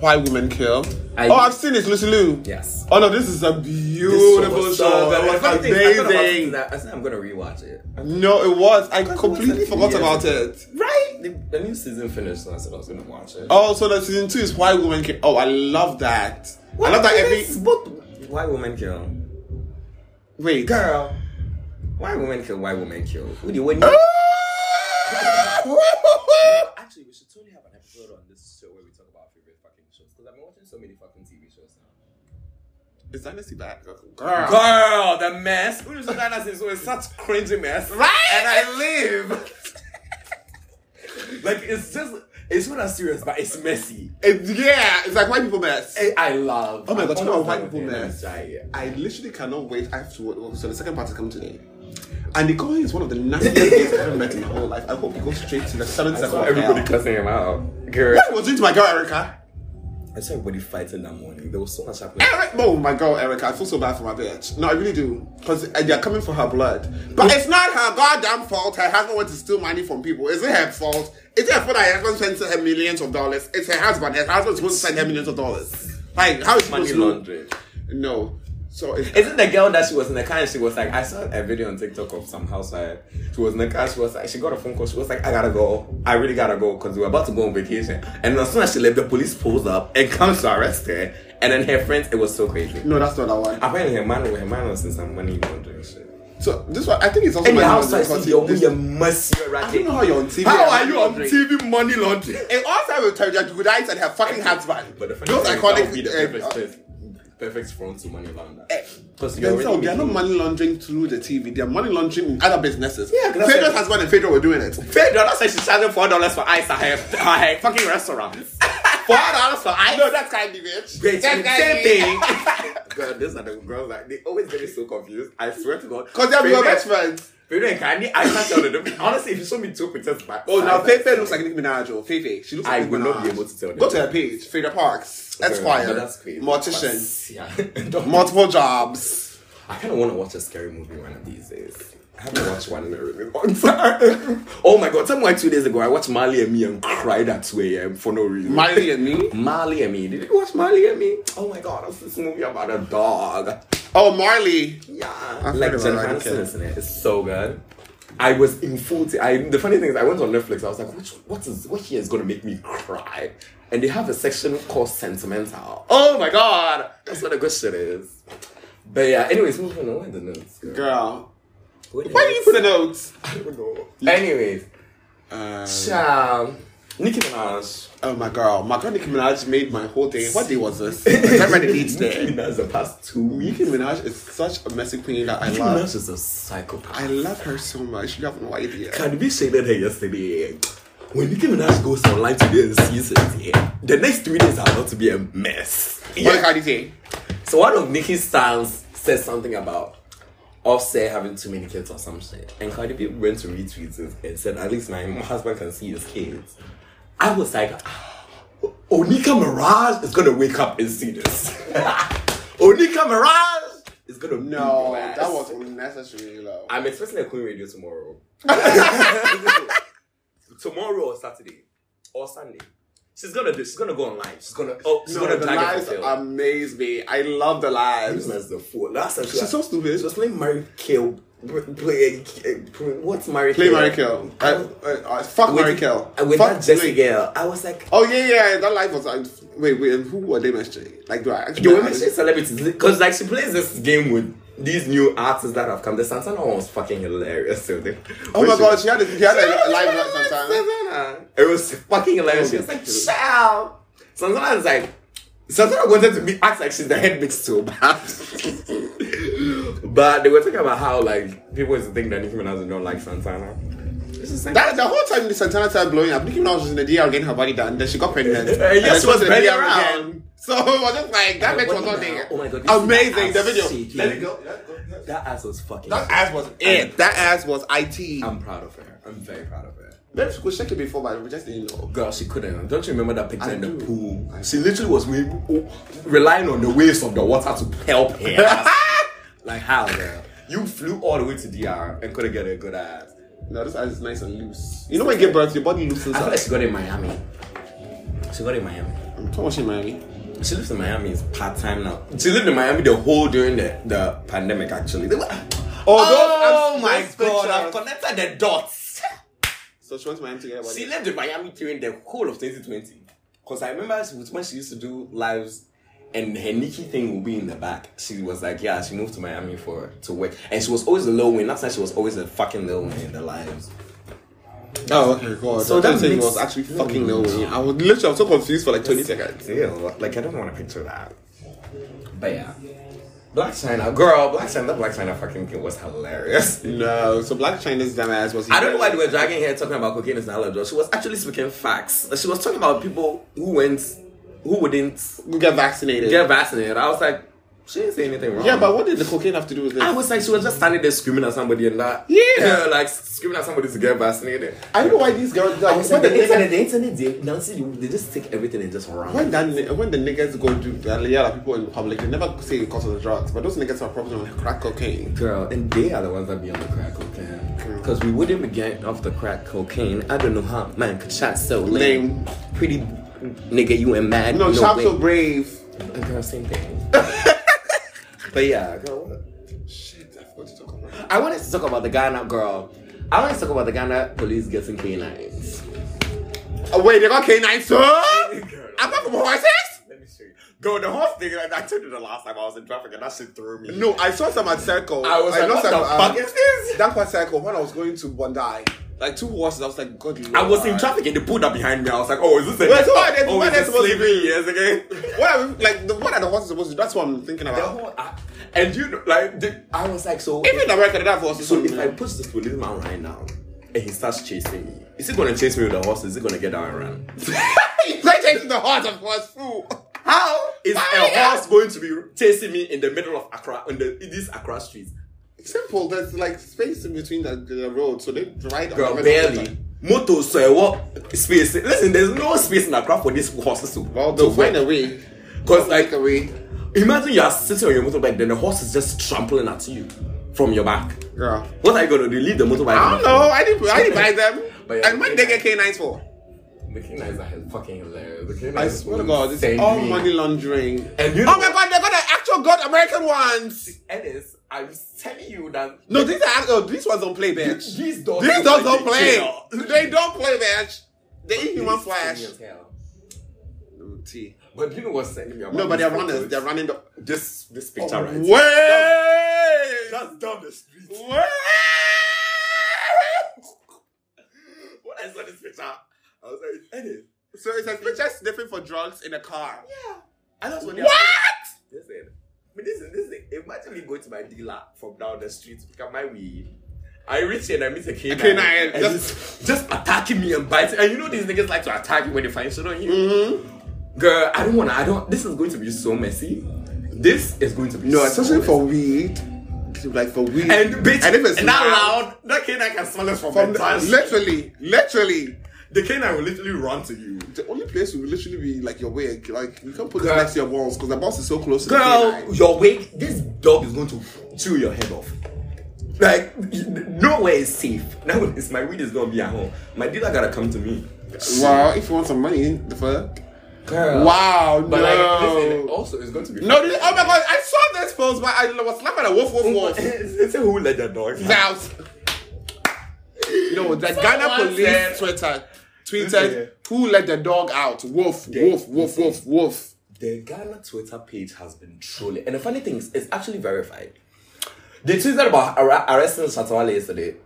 Speaker 2: Why Women Kill?
Speaker 1: I-
Speaker 2: oh, I've seen it, Lucy Liu.
Speaker 1: Yes.
Speaker 2: Oh no, this is a beautiful show. It was amazing.
Speaker 1: I said I'm gonna rewatch it.
Speaker 2: No, it was. I
Speaker 1: That
Speaker 2: completely
Speaker 1: was a few
Speaker 2: forgot
Speaker 1: years
Speaker 2: about
Speaker 1: ago.
Speaker 2: it.
Speaker 1: Right? The, the new season finished, so I said I was gonna watch it.
Speaker 2: Oh, so the season two is Why Women Kill. Oh, I love that. I love that every.
Speaker 1: book. Why women kill?
Speaker 2: Wait.
Speaker 1: Girl. Oh! Why women kill? Why women kill? Would you win? Actually, we should totally have an episode on this show where we talk about our favorite fucking shows because I've been watching so many fucking TV shows now.
Speaker 2: is Dynasty back? Girl.
Speaker 1: Girl, the mess. Who is that as is such cringy mess.
Speaker 2: Right?
Speaker 1: And I live. like it's just it's not as serious, but it's messy.
Speaker 2: It- yeah, it's like white people mess.
Speaker 1: I, I love.
Speaker 2: Oh my god,
Speaker 1: I'm
Speaker 2: talking about
Speaker 1: almost
Speaker 2: white
Speaker 1: done
Speaker 2: people
Speaker 1: with it.
Speaker 2: mess.
Speaker 1: Yeah, yeah.
Speaker 2: I literally cannot wait. I have to work. So the second part is coming today. And the Cohen is one of the nastiest things I've ever met in my whole life. I hope he goes straight to the seventh
Speaker 1: I
Speaker 2: circle.
Speaker 1: saw
Speaker 2: of hell.
Speaker 1: everybody cussing him out. Girl.
Speaker 2: I was doing to my girl Erica.
Speaker 1: I saw everybody fighting that morning. There was so much happening.
Speaker 2: Eric, oh my girl Erica, I feel so bad for my bitch. No, I really do, because they're coming for her blood. But it's not her goddamn fault. Her husband went to steal money from people. Is it her fault? Is it her fault that her husband sent her millions of dollars? It's her husband. Her husband's supposed to send her millions of dollars. Like how is she
Speaker 1: Money
Speaker 2: supposed to know?
Speaker 1: laundering.
Speaker 2: No. So it's,
Speaker 1: Isn't the girl that she was in the car and she was like, I saw a video on TikTok of some housewife. She was in the car, she was like, she got a phone call. She was like, I gotta go. I really gotta go because we were about to go on vacation. And as soon as she left, the police pulls up and comes to arrest her. And then her friends, it was so crazy.
Speaker 2: no, that's not that one.
Speaker 1: Apparently, her man, her man was in some money laundering shit.
Speaker 2: So this one, I think it's also
Speaker 1: And the
Speaker 2: my
Speaker 1: housewife,
Speaker 2: because
Speaker 1: you're
Speaker 2: this-
Speaker 1: your monsieur
Speaker 2: I don't know how you're on TV.
Speaker 1: How
Speaker 2: and
Speaker 1: are you on
Speaker 2: laundering.
Speaker 1: TV money laundering?
Speaker 2: It also will tell you that good eyes and her fucking husband.
Speaker 1: But the funny
Speaker 2: Those
Speaker 1: thing is, that
Speaker 2: iconic.
Speaker 1: would be the
Speaker 2: uh,
Speaker 1: perfect,
Speaker 2: uh,
Speaker 1: place- perfect front to money laundering.
Speaker 2: Eh,
Speaker 1: Because you're
Speaker 2: Themselves,
Speaker 1: already
Speaker 2: they are not
Speaker 1: making-
Speaker 2: money laundering through the TV. They are money laundering in other businesses.
Speaker 1: Yeah, 'cause that's
Speaker 2: Pedro's
Speaker 1: it.
Speaker 2: husband and Pedro were doing it.
Speaker 1: Pedro, that's why she's charging four dollars for ice at her, at her fucking restaurant. Four dollars for ice.
Speaker 2: No, that's kind of bitch.
Speaker 1: Bitch,
Speaker 2: That's
Speaker 1: same
Speaker 2: kindy.
Speaker 1: thing. Girl, these are the girls that they always get me so confused. I swear to God.
Speaker 2: Cause they're your
Speaker 1: Pedro-
Speaker 2: best friends.
Speaker 1: Pedro and Candy, I can't tell the difference. Honestly, if you show me two pictures back,
Speaker 2: Oh, now
Speaker 1: side by
Speaker 2: Fefe
Speaker 1: side,
Speaker 2: looks like Nicki Minaj. Oh, Fefe, she looks
Speaker 1: I
Speaker 2: like
Speaker 1: will
Speaker 2: Nicki
Speaker 1: not
Speaker 2: Minaj.
Speaker 1: be able to tell them.
Speaker 2: Go to her page, Freda Parks,
Speaker 1: Girl,
Speaker 2: Esquire,
Speaker 1: but that's crazy.
Speaker 2: mortician,
Speaker 1: But, yeah. Don't-
Speaker 2: multiple jobs.
Speaker 1: I kind of want to watch a scary movie one of these days. I haven't watched one in a really long time. Oh my god, somewhere two days ago, I watched Marley and Me and cried at 2 a.m. for no reason.
Speaker 2: Miley and me.
Speaker 1: Marley and Me. Did you watch Marley and Me? Oh my god, that's this movie about a dog.
Speaker 2: Oh, Marley.
Speaker 1: Yeah.
Speaker 2: heard
Speaker 1: like
Speaker 2: about
Speaker 1: Jen
Speaker 2: that,
Speaker 1: Hansen,
Speaker 2: okay.
Speaker 1: isn't it? It's so good. I was in full. T- I the funny thing is, I went on Netflix. I was like, which what is what here is gonna make me cry? And they have a section called sentimental. Oh my god, that's what the good shit is. But yeah, anyways, moving on. Where the notes? Girl?
Speaker 2: Girl,
Speaker 1: Where the
Speaker 2: why do you put the notes?
Speaker 1: I don't know. Anyways,
Speaker 2: Um,
Speaker 1: um, Nicki Minaj.
Speaker 2: oh my girl, my girl Nicki Minaj made my whole day. What day was this? I read the leads
Speaker 1: Nicki
Speaker 2: day.
Speaker 1: Minaj the past two weeks.
Speaker 2: Nicki Minaj is such a messy queen that I
Speaker 1: Nicki
Speaker 2: love.
Speaker 1: Minaj is a psychopath.
Speaker 2: I love her so much. You have no idea.
Speaker 1: Cardi B shaded her yesterday. When Nicki Minaj goes online today and sees it, yeah, the next three days are about to be a mess.
Speaker 2: What did Cardi say?
Speaker 1: So one of Nicki's songs says something about Offset having too many kids or some shit, and Cardi B went to retweet it and said, "At least my husband can see his kids." I was like, "Ah, "Onika Mirage is gonna wake up and see this." Onika Mirage is gonna beat
Speaker 2: No,
Speaker 1: your ass.
Speaker 2: that was unnecessary, though.
Speaker 1: I'm expecting a Queen Radio tomorrow. tomorrow or Saturday or Sunday. She's gonna do. She's gonna go on live. She's gonna. Oh, she's
Speaker 2: no,
Speaker 1: gonna
Speaker 2: the
Speaker 1: drag it
Speaker 2: lives
Speaker 1: for sale.
Speaker 2: amaze me. I love the lives.
Speaker 1: That's the fool. Last time she
Speaker 2: She's
Speaker 1: was-
Speaker 2: so stupid.
Speaker 1: She was playing Mary Kill What's Mary?
Speaker 2: Play
Speaker 1: Kay?
Speaker 2: Mary Kill.
Speaker 1: I-
Speaker 2: I, uh, uh, fuck
Speaker 1: with-
Speaker 2: Mary Kill.
Speaker 1: uh, With
Speaker 2: fuck
Speaker 1: that Jesse
Speaker 2: Blake.
Speaker 1: girl, I was like,
Speaker 2: Oh yeah, yeah. That life was. Uh, wait, wait. and Who were they mentioning? Like, do I actually?
Speaker 1: you were mentioning celebrities because like she plays this game with these new artists that have come. The Santana one was fucking hilarious. So they,
Speaker 2: Oh my god, she had a, she had a live like sometimes.
Speaker 1: Santana. It was fucking hilarious. She was like, "Ciao." Santana is like, Santana wanted to be act like she's the head bitch so bad. but they were talking about how like people used to think that Nicki Minaj don't like Santana. It's just like,
Speaker 2: That the whole time the Santana started blowing up, Nicki Minaj was in the DR getting her body done. Then she got pregnant.
Speaker 1: Yeah,
Speaker 2: And then
Speaker 1: she was
Speaker 2: in the
Speaker 1: running
Speaker 2: DR
Speaker 1: around.
Speaker 2: again. So it was just like that bitch
Speaker 1: What
Speaker 2: was
Speaker 1: the hell?
Speaker 2: not there.
Speaker 1: Oh my God, you see that
Speaker 2: Amazing the
Speaker 1: ass
Speaker 2: video.
Speaker 1: shaking?
Speaker 2: Let it go.
Speaker 1: that ass was Um, fucking.
Speaker 2: That ass was it. That ass was it.
Speaker 1: I'm proud of her. I'm very proud of her.
Speaker 2: Maybe she could shake it before, but we just didn't know.
Speaker 1: Girl, she couldn't. Don't you remember that picture
Speaker 2: I
Speaker 1: in
Speaker 2: do.
Speaker 1: the pool? she literally was re- oh, relying on the waves of the water to help her. like how, girl? You flew all the way to DR and couldn't get a good ass.
Speaker 2: No, this ass is nice and loose. You know when you give birth, your body loosens
Speaker 1: I feel
Speaker 2: up.
Speaker 1: like she got it in Miami. She got it in Miami.
Speaker 2: I'm talking about she Miami.
Speaker 1: She lives in Miami. It's part time now. She lived in Miami the whole during the, the pandemic. Actually, They were- oh,
Speaker 2: those-
Speaker 1: my
Speaker 2: those
Speaker 1: god! I've
Speaker 2: pictures.
Speaker 1: connected the dots.
Speaker 2: So she went to Miami to get her body.
Speaker 1: She lived in Miami during the whole of 2020. Because I remember she was- when she used to do lives and her Nikki thing would be in the back. She was like, yeah, she moved to Miami for to work. And she was always a little win. That's why she was always a fucking little win in the lives.
Speaker 2: Oh, okay,
Speaker 1: So
Speaker 2: God. So
Speaker 1: that
Speaker 2: that thing
Speaker 1: makes- Mm.
Speaker 2: was actually fucking no way. I was literally, I was so confused for like 20 seconds.
Speaker 1: Ew, like I don't want to picture that. But yeah. Black China, girl, Black China, that Black China fucking thing was hilarious.
Speaker 2: No, so Black China's dumbass was.
Speaker 1: I don't know why they were dragging her talking about cocaine is not allowed. She was actually speaking facts. She was talking about people who went, who wouldn't
Speaker 2: We get vaccinated.
Speaker 1: get vaccinated. I was like, she didn't say anything wrong.
Speaker 2: Yeah, but what did the cocaine have to do with this?
Speaker 1: I was like, she was just standing there screaming at somebody and that.
Speaker 2: Yeah.
Speaker 1: like screaming at somebody to get vaccinated.
Speaker 2: I don't know why these girls like when the, niggas,
Speaker 1: the internet, they, Nancy, they just take everything and just run.
Speaker 2: when that ni- when the niggas go do that, yeah, like people in public, they never say it because of the drugs, but those niggas are probably on crack cocaine.
Speaker 1: Girl, and they are the ones that be on the crack cocaine. Because we wouldn't be getting off the crack cocaine. I don't know how man could chat so lame.
Speaker 2: Lame.
Speaker 1: Pretty nigga, you and mad.
Speaker 2: No, shout
Speaker 1: way.
Speaker 2: so brave.
Speaker 1: Girl, same thing. but yeah, girl. What?
Speaker 2: Shit, I forgot to talk about. that.
Speaker 1: I wanted to talk about the Ghana girl. I wanted to talk about the Ghana police getting canines.
Speaker 2: Oh wait, they got canines too.
Speaker 1: Girl.
Speaker 2: Apart from horses.
Speaker 1: Let me show you. Girl, the whole thing, like, I told you the last time I was in traffic and that shit threw me.
Speaker 2: No, I saw some at Circle.
Speaker 1: I was like,
Speaker 2: lost
Speaker 1: what the
Speaker 2: some, um,
Speaker 1: fuck is this?
Speaker 2: That was Circle when I was going to Bondi. Like two horses, I was like, God.
Speaker 1: I was in
Speaker 2: Lord.
Speaker 1: traffic and they pulled up behind me. I was like, oh, is this a
Speaker 2: Wait, so what are they-
Speaker 1: oh, is
Speaker 2: what are they
Speaker 1: this
Speaker 2: supposed to
Speaker 1: slavery years again?
Speaker 2: What are we, like the, what are the horses supposed to? do? That's what I'm thinking
Speaker 1: The
Speaker 2: about.
Speaker 1: whole, I, and you know, like, the, I was like, so,
Speaker 2: Even in America, they don't have horses.
Speaker 1: so if I push this policeman right now and he starts chasing me, is he gonna chase me with a horse? Is he gonna get down and run?
Speaker 2: He's not taking the horse, of course. Fool.
Speaker 1: How is
Speaker 2: Why?
Speaker 1: a horse going to be chasing me in the middle of Accra, on the, in these Accra streets?
Speaker 2: Simple. There's like space in between the, the road, so they ride. on
Speaker 1: Girl,
Speaker 2: the middle of
Speaker 1: barely.
Speaker 2: the road.
Speaker 1: Moto, so what space? Listen, there's no space in Accra for these horses to.
Speaker 2: Well, they'll
Speaker 1: to
Speaker 2: find
Speaker 1: work.
Speaker 2: a way.
Speaker 1: Cause like,
Speaker 2: Take a way.
Speaker 1: imagine you are sitting on your motorbike, then the horse is just trampling at you from your back.
Speaker 2: Girl.
Speaker 1: What are you gonna do? Leave the motorbike?
Speaker 2: I don't know. I didn't. I didn't buy them.
Speaker 1: But yeah,
Speaker 2: and what did they get canines for?
Speaker 1: The canines are fucking hilarious. The
Speaker 2: I
Speaker 1: canines
Speaker 2: swear to
Speaker 1: will
Speaker 2: God, it's
Speaker 1: send
Speaker 2: all
Speaker 1: me.
Speaker 2: money laundering.
Speaker 1: And you know
Speaker 2: oh my
Speaker 1: what?
Speaker 2: God, they got the actual good American ones.
Speaker 1: Ennis, I'm telling you that
Speaker 2: No, these are act- oh, these ones don't play, bitch.
Speaker 1: these dogs.
Speaker 2: These dogs don't play.
Speaker 1: Jail.
Speaker 2: They don't play, bitch. They eat human
Speaker 1: It's funny
Speaker 2: flesh.
Speaker 1: as hell. But you know what's sending me about
Speaker 2: No, but they're
Speaker 1: these
Speaker 2: runners.
Speaker 1: photos?
Speaker 2: They're running the.
Speaker 1: This this picture
Speaker 2: Oh,
Speaker 1: right. here.
Speaker 2: Wait!
Speaker 1: That's down the street.
Speaker 2: Wait!
Speaker 1: When I saw this picture, I was like, Ennis.
Speaker 2: So it's a picture sniffing for drugs in a car.
Speaker 1: Yeah. And that's when they-
Speaker 2: What?
Speaker 1: Listen, I mean, listen, listen. Imagine me going to my dealer from down the street to pick up my weed. I reach here and I meet a canine,
Speaker 2: canine,
Speaker 1: and just, just attacking me and biting. And you know these niggas like to attack you when they find shit on you.
Speaker 2: Mm-hmm.
Speaker 1: Girl, I don't wanna. I don't. This is going to be so messy. This is going to be
Speaker 2: No,
Speaker 1: so
Speaker 2: especially
Speaker 1: messy.
Speaker 2: for weed. Like for weed.
Speaker 1: and bitch.
Speaker 2: and if it's
Speaker 1: and that loud, that canine can smell us from,
Speaker 2: From
Speaker 1: the
Speaker 2: the, literally, literally.
Speaker 1: The canine will literally run to you.
Speaker 2: The only place you will literally be like your wig, like you can't put
Speaker 1: Girl.
Speaker 2: this next to your balls because the balls is so close to the
Speaker 1: Girl,
Speaker 2: canine.
Speaker 1: your wig, this dog is going to chew your head off. Like, nowhere is safe. Now it's my weed is gonna be at home. My dealer gotta come to me.
Speaker 2: Well, if you want some money, the fuck.
Speaker 1: Girl.
Speaker 2: Wow,
Speaker 1: But
Speaker 2: no.
Speaker 1: like, listen, oh. also, it's going to be.
Speaker 2: No, this, oh my god, I saw this post, but I was laughing at Wolf Wolf Wolf.
Speaker 1: it's a who let the door.
Speaker 2: Out. You know, the Ghana
Speaker 1: one
Speaker 2: police
Speaker 1: said-
Speaker 2: Twitter
Speaker 1: Okay.
Speaker 2: tweeted, Who let the dog out? Wolf, wolf, wolf, wolf, wolf.
Speaker 1: The Ghana Twitter page has been trolling. And the funny thing is, it's actually verified. They tweeted about ar- arresting Shatawale yesterday.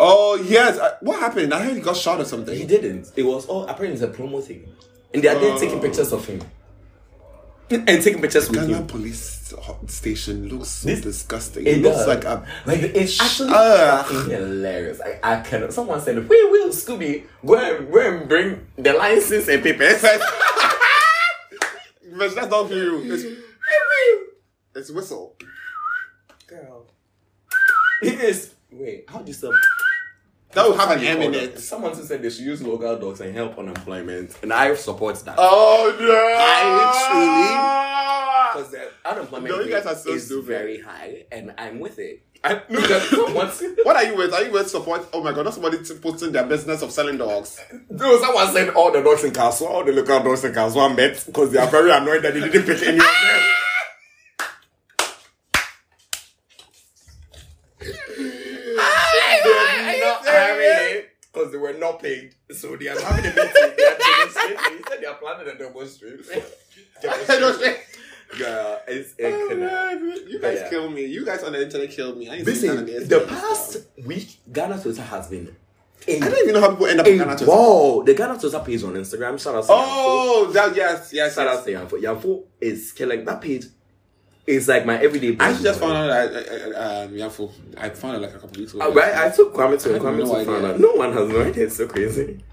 Speaker 2: Oh, yes. I- What happened? I heard he got shot or
Speaker 1: He
Speaker 2: something.
Speaker 1: didn't. It was all apparently it's a promo thing. And they are
Speaker 2: Uh.
Speaker 1: there taking pictures of him. And taking pictures with
Speaker 2: Ghana
Speaker 1: him.
Speaker 2: police station looks so
Speaker 1: This-
Speaker 2: disgusting. It,
Speaker 1: It
Speaker 2: looks
Speaker 1: does.
Speaker 2: like a.
Speaker 1: like it's actually
Speaker 2: Ugh.
Speaker 1: fucking hilarious. I, I cannot. Someone said, "We will Scooby go and, go and bring the license and papers."
Speaker 2: But that's not for you. It's, it's whistle.
Speaker 1: Girl, it is. Wait, how do you stop?
Speaker 2: That would have an M
Speaker 1: Hold
Speaker 2: in
Speaker 1: on.
Speaker 2: it.
Speaker 1: Someone who said they should use local dogs and help unemployment, and I support that.
Speaker 2: Oh no!
Speaker 1: I
Speaker 2: truly.
Speaker 1: Because the unemployment
Speaker 2: No, you guys
Speaker 1: rate
Speaker 2: are so
Speaker 1: is
Speaker 2: stupid.
Speaker 1: very high, and I'm with it. I no, that's not what-
Speaker 2: What are you with? Are you with support? Oh my god, that's somebody posting their business of selling dogs.
Speaker 1: No, someone said all the dogs in Castle, all the local dogs in Castle are met because they are very annoyed that they didn't pick any of them. they are not having it because they were not paid. So they are having a meeting. They are demonstrating. He said they are planning a demonstration. demonstration. Girl, it's a
Speaker 2: Oh,
Speaker 1: killer.
Speaker 2: you guys
Speaker 1: Yeah.
Speaker 2: kill me. You guys on the internet kill me. I ain't seen none
Speaker 1: Listen,
Speaker 2: of this.
Speaker 1: the past week, Ghana Twitter has been a,
Speaker 2: I don't even know how people end up in Ghana.
Speaker 1: a
Speaker 2: to-
Speaker 1: wall. The Ghana Twitter page on Instagram, shout out to Yanfo.
Speaker 2: Oh, that, yes, yes.
Speaker 1: Shout out
Speaker 2: yes.
Speaker 1: to Yanfo. Yanfo is killing. That page is like my everyday page.
Speaker 2: I actually just found out that I, I, I, um, Yafo, I found out like a couple weeks ago.
Speaker 1: Uh, Right, I took Kwame to
Speaker 2: I
Speaker 1: and
Speaker 2: have
Speaker 1: Kwame
Speaker 2: no
Speaker 1: to found
Speaker 2: idea.
Speaker 1: out. No one has no idea. It's so crazy.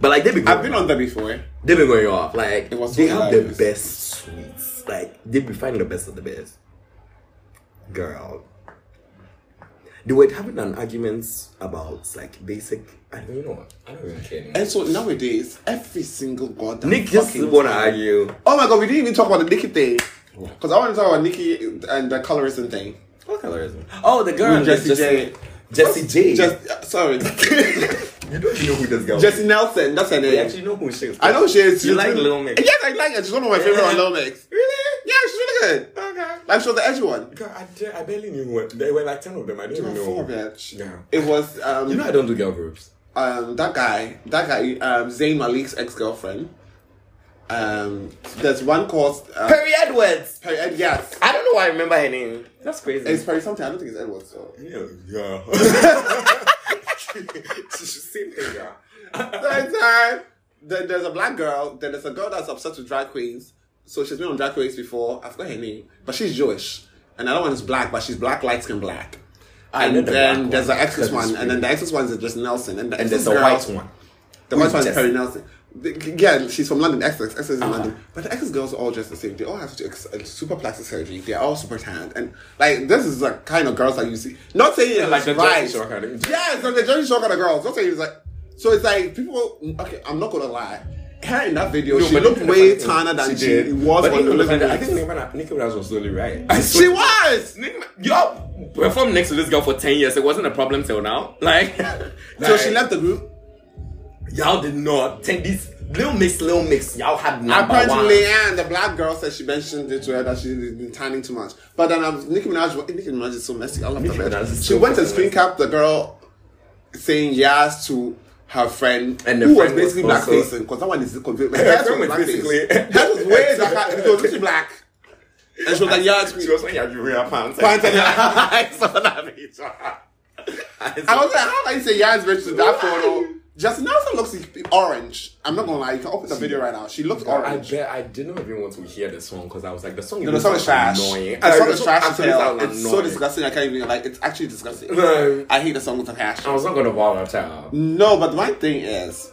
Speaker 1: But like they've been,
Speaker 2: I've been on that before.
Speaker 1: they've been going off. Like
Speaker 2: It was
Speaker 1: they
Speaker 2: so
Speaker 1: have
Speaker 2: hilarious.
Speaker 1: the best sweets. Like they be finding the best of the best. Girl, they were having an argument about like basic. I don't know. I don't even care. Anymore.
Speaker 2: And so nowadays, every single goddamn
Speaker 1: Nick just
Speaker 2: fucking
Speaker 1: wanna
Speaker 2: thing-
Speaker 1: argue.
Speaker 2: Oh my god, we didn't even talk about the Nikki thing. Because I want to talk about Nikki and the colorism thing.
Speaker 1: What color is it? Oh, the girl.
Speaker 2: With Jessie J.
Speaker 1: Jesse J.
Speaker 2: Just uh, sorry,
Speaker 1: you don't know who this girl.
Speaker 2: Jesse Nelson. That's her
Speaker 1: You
Speaker 2: name.
Speaker 1: actually know who she is.
Speaker 2: I know she is.
Speaker 1: You
Speaker 2: she's
Speaker 1: like
Speaker 2: really-
Speaker 1: Lil Mix?
Speaker 2: Yes, I like her. She's one of my favorite on Lil Mix.
Speaker 1: Really?
Speaker 2: Yeah, she's really good.
Speaker 1: Okay.
Speaker 2: Like she was the edgy one.
Speaker 1: God, I, dare- I barely knew what there were like ten of them. I didn't even
Speaker 2: Four,
Speaker 1: know.
Speaker 2: bitch.
Speaker 1: Yeah.
Speaker 2: It was um,
Speaker 1: You know I don't do girl groups.
Speaker 2: um that guy, that guy, um Zayn Malik's ex girlfriend. Um, there's one called uh,
Speaker 1: Perry Edwards.
Speaker 2: Perry Ed. Yes,
Speaker 1: I don't know why I remember her name. That's crazy.
Speaker 2: it's Perry something. I don't think it's Edwards though.
Speaker 1: yeah, yeah. Same thing, yeah.
Speaker 2: Sometimes uh, there- there's a black girl, then there's a girl that's obsessed with drag queens. So she's been on drag queens before. I forgot her name, but she's Jewish. And another one is black, but she's black, light skin black.
Speaker 1: I
Speaker 2: And
Speaker 1: know the
Speaker 2: then
Speaker 1: black
Speaker 2: there's
Speaker 1: one.
Speaker 2: the
Speaker 1: That
Speaker 2: Exodus
Speaker 1: is
Speaker 2: one, and then
Speaker 1: really-
Speaker 2: the Exodus one is just Nelson, and, the
Speaker 1: And
Speaker 2: Exodus
Speaker 1: there's a
Speaker 2: girl-
Speaker 1: white one.
Speaker 2: The white one is
Speaker 1: Jess.
Speaker 2: Perry Nelson. The- Yeah, she's from London, Essex. Essex
Speaker 1: Uh-huh.
Speaker 2: is in London. But the Essex girls are all dressed the same. They all have to ex- uh, super plastic surgery. They're all super tanned. And, like, this is the kind of girls that you see. Not saying it's
Speaker 1: like the
Speaker 2: right.
Speaker 1: Jersey Shore kind of-
Speaker 2: Yeah, it's like the Jersey Shore kind of girls. Not saying it's like. So it's like, people. Okay, I'm not going to lie. Her in that video, she
Speaker 1: but
Speaker 2: looked
Speaker 1: even the
Speaker 2: way
Speaker 1: fact-
Speaker 2: tanner than she,
Speaker 1: did.
Speaker 2: was
Speaker 1: But
Speaker 2: on the
Speaker 1: even the fact that- I
Speaker 2: Olympics.
Speaker 1: think Nicki Minaj- Nicki Minaj was totally right.
Speaker 2: She was!
Speaker 1: Y'all performed next to this girl for ten years. It wasn't a problem till now. Like,
Speaker 2: So she left the group.
Speaker 1: Y'all did not. Ten these little mix, little mix. Y'all had number
Speaker 2: Apparently,
Speaker 1: one.
Speaker 2: Leanne, the black girl, said she mentioned it to her that she's been tanning too much. But then um, Nicki Minaj, Nicki Minaj is so messy. I love
Speaker 1: Nicki
Speaker 2: her.
Speaker 1: Minaj is
Speaker 2: She
Speaker 1: so
Speaker 2: went and
Speaker 1: fucking
Speaker 2: screen capped the girl saying yes to her friend,
Speaker 1: And the
Speaker 2: who
Speaker 1: friend
Speaker 2: was
Speaker 1: was
Speaker 2: basically
Speaker 1: also-
Speaker 2: blackfacing because that one is convinced. Her
Speaker 1: friend was basically-
Speaker 2: Hers was way darker. It was literally black, and she was like, "Yeah." it's-
Speaker 1: She was wearing her urea pants.
Speaker 2: Pants and-
Speaker 1: I saw that picture. I
Speaker 2: I
Speaker 1: saw-
Speaker 2: was like, "How can you say yes, bitch, to that
Speaker 1: Why?
Speaker 2: photo?" Justin Nelson looks orange. I'm not gonna lie. You can open the video right now. She looks
Speaker 1: I
Speaker 2: orange.
Speaker 1: bet I didn't even want to hear the song because I was like, the song,
Speaker 2: No, the song is trash.
Speaker 1: annoying.
Speaker 2: The
Speaker 1: I
Speaker 2: song is trash as
Speaker 1: actually
Speaker 2: hell.
Speaker 1: sounds
Speaker 2: It's so
Speaker 1: annoying.
Speaker 2: disgusting. I can't even like. It's actually disgusting.
Speaker 1: No.
Speaker 2: I hate the song with a
Speaker 1: I
Speaker 2: passion.
Speaker 1: was not gonna bother child.
Speaker 2: No, but my thing is,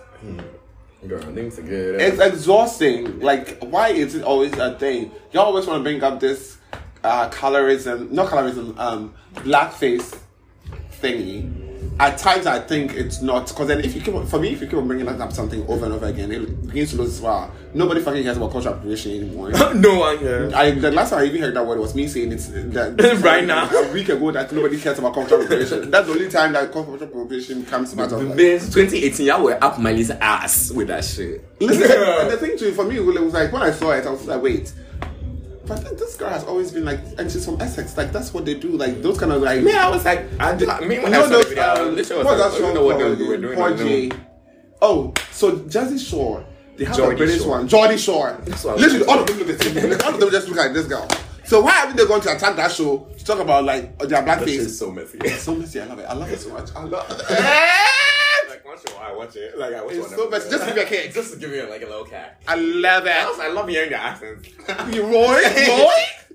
Speaker 1: Girl, things are good.
Speaker 2: it's exhausting. Like, why is it always a thing? You always want to bring up this uh, colorism, not colorism, um, blackface thingy. at times I think it's not because then if you keep on, for me if you keep on bringing up something over and over again it begins to lose its wow. Nobody fucking cares about cultural appropriation anymore.
Speaker 1: no one cares.
Speaker 2: I the last time I even heard that word was me saying it's that
Speaker 1: Right now.
Speaker 2: a week ago that nobody cares about cultural appropriation. That's the only time that cultural appropriation comes to matter. Like,
Speaker 1: Bitch, 2018, y'all were up Miley's ass with that shit.
Speaker 2: listen, and the thing too for me it was like when I saw it I was like wait. But then this girl has always been like, and she's from Essex. Like that's what they do. Like those kind of like.
Speaker 1: Man, I was like, I did, me when I saw the video, I
Speaker 2: um,
Speaker 1: literally was like, I
Speaker 2: what's that
Speaker 1: don't
Speaker 2: show
Speaker 1: know what they
Speaker 2: called?
Speaker 1: were doing. I
Speaker 2: Paul
Speaker 1: don't know.
Speaker 2: J. Oh, so Jersey Shore. They have a
Speaker 1: Geordie
Speaker 2: British
Speaker 1: Shore.
Speaker 2: one. Jordy Shore.
Speaker 1: what I was
Speaker 2: Literally,
Speaker 1: thinking.
Speaker 2: all of them look the same. Like, all of them just look like this girl. So why haven't they gone to attack that show to talk about like their
Speaker 1: That shit's
Speaker 2: blackface?
Speaker 1: so messy.
Speaker 2: It's so messy. I love it. I love it so much. I love it.
Speaker 1: like once in a while, I watch it. Like I watch
Speaker 2: It's
Speaker 1: one
Speaker 2: so
Speaker 1: episode.
Speaker 2: messy. Just give me a kick.
Speaker 1: Just give me like a little cat.
Speaker 2: I love
Speaker 1: I,
Speaker 2: it.
Speaker 1: was, I love hearing the accents.
Speaker 2: You Roy, Roy.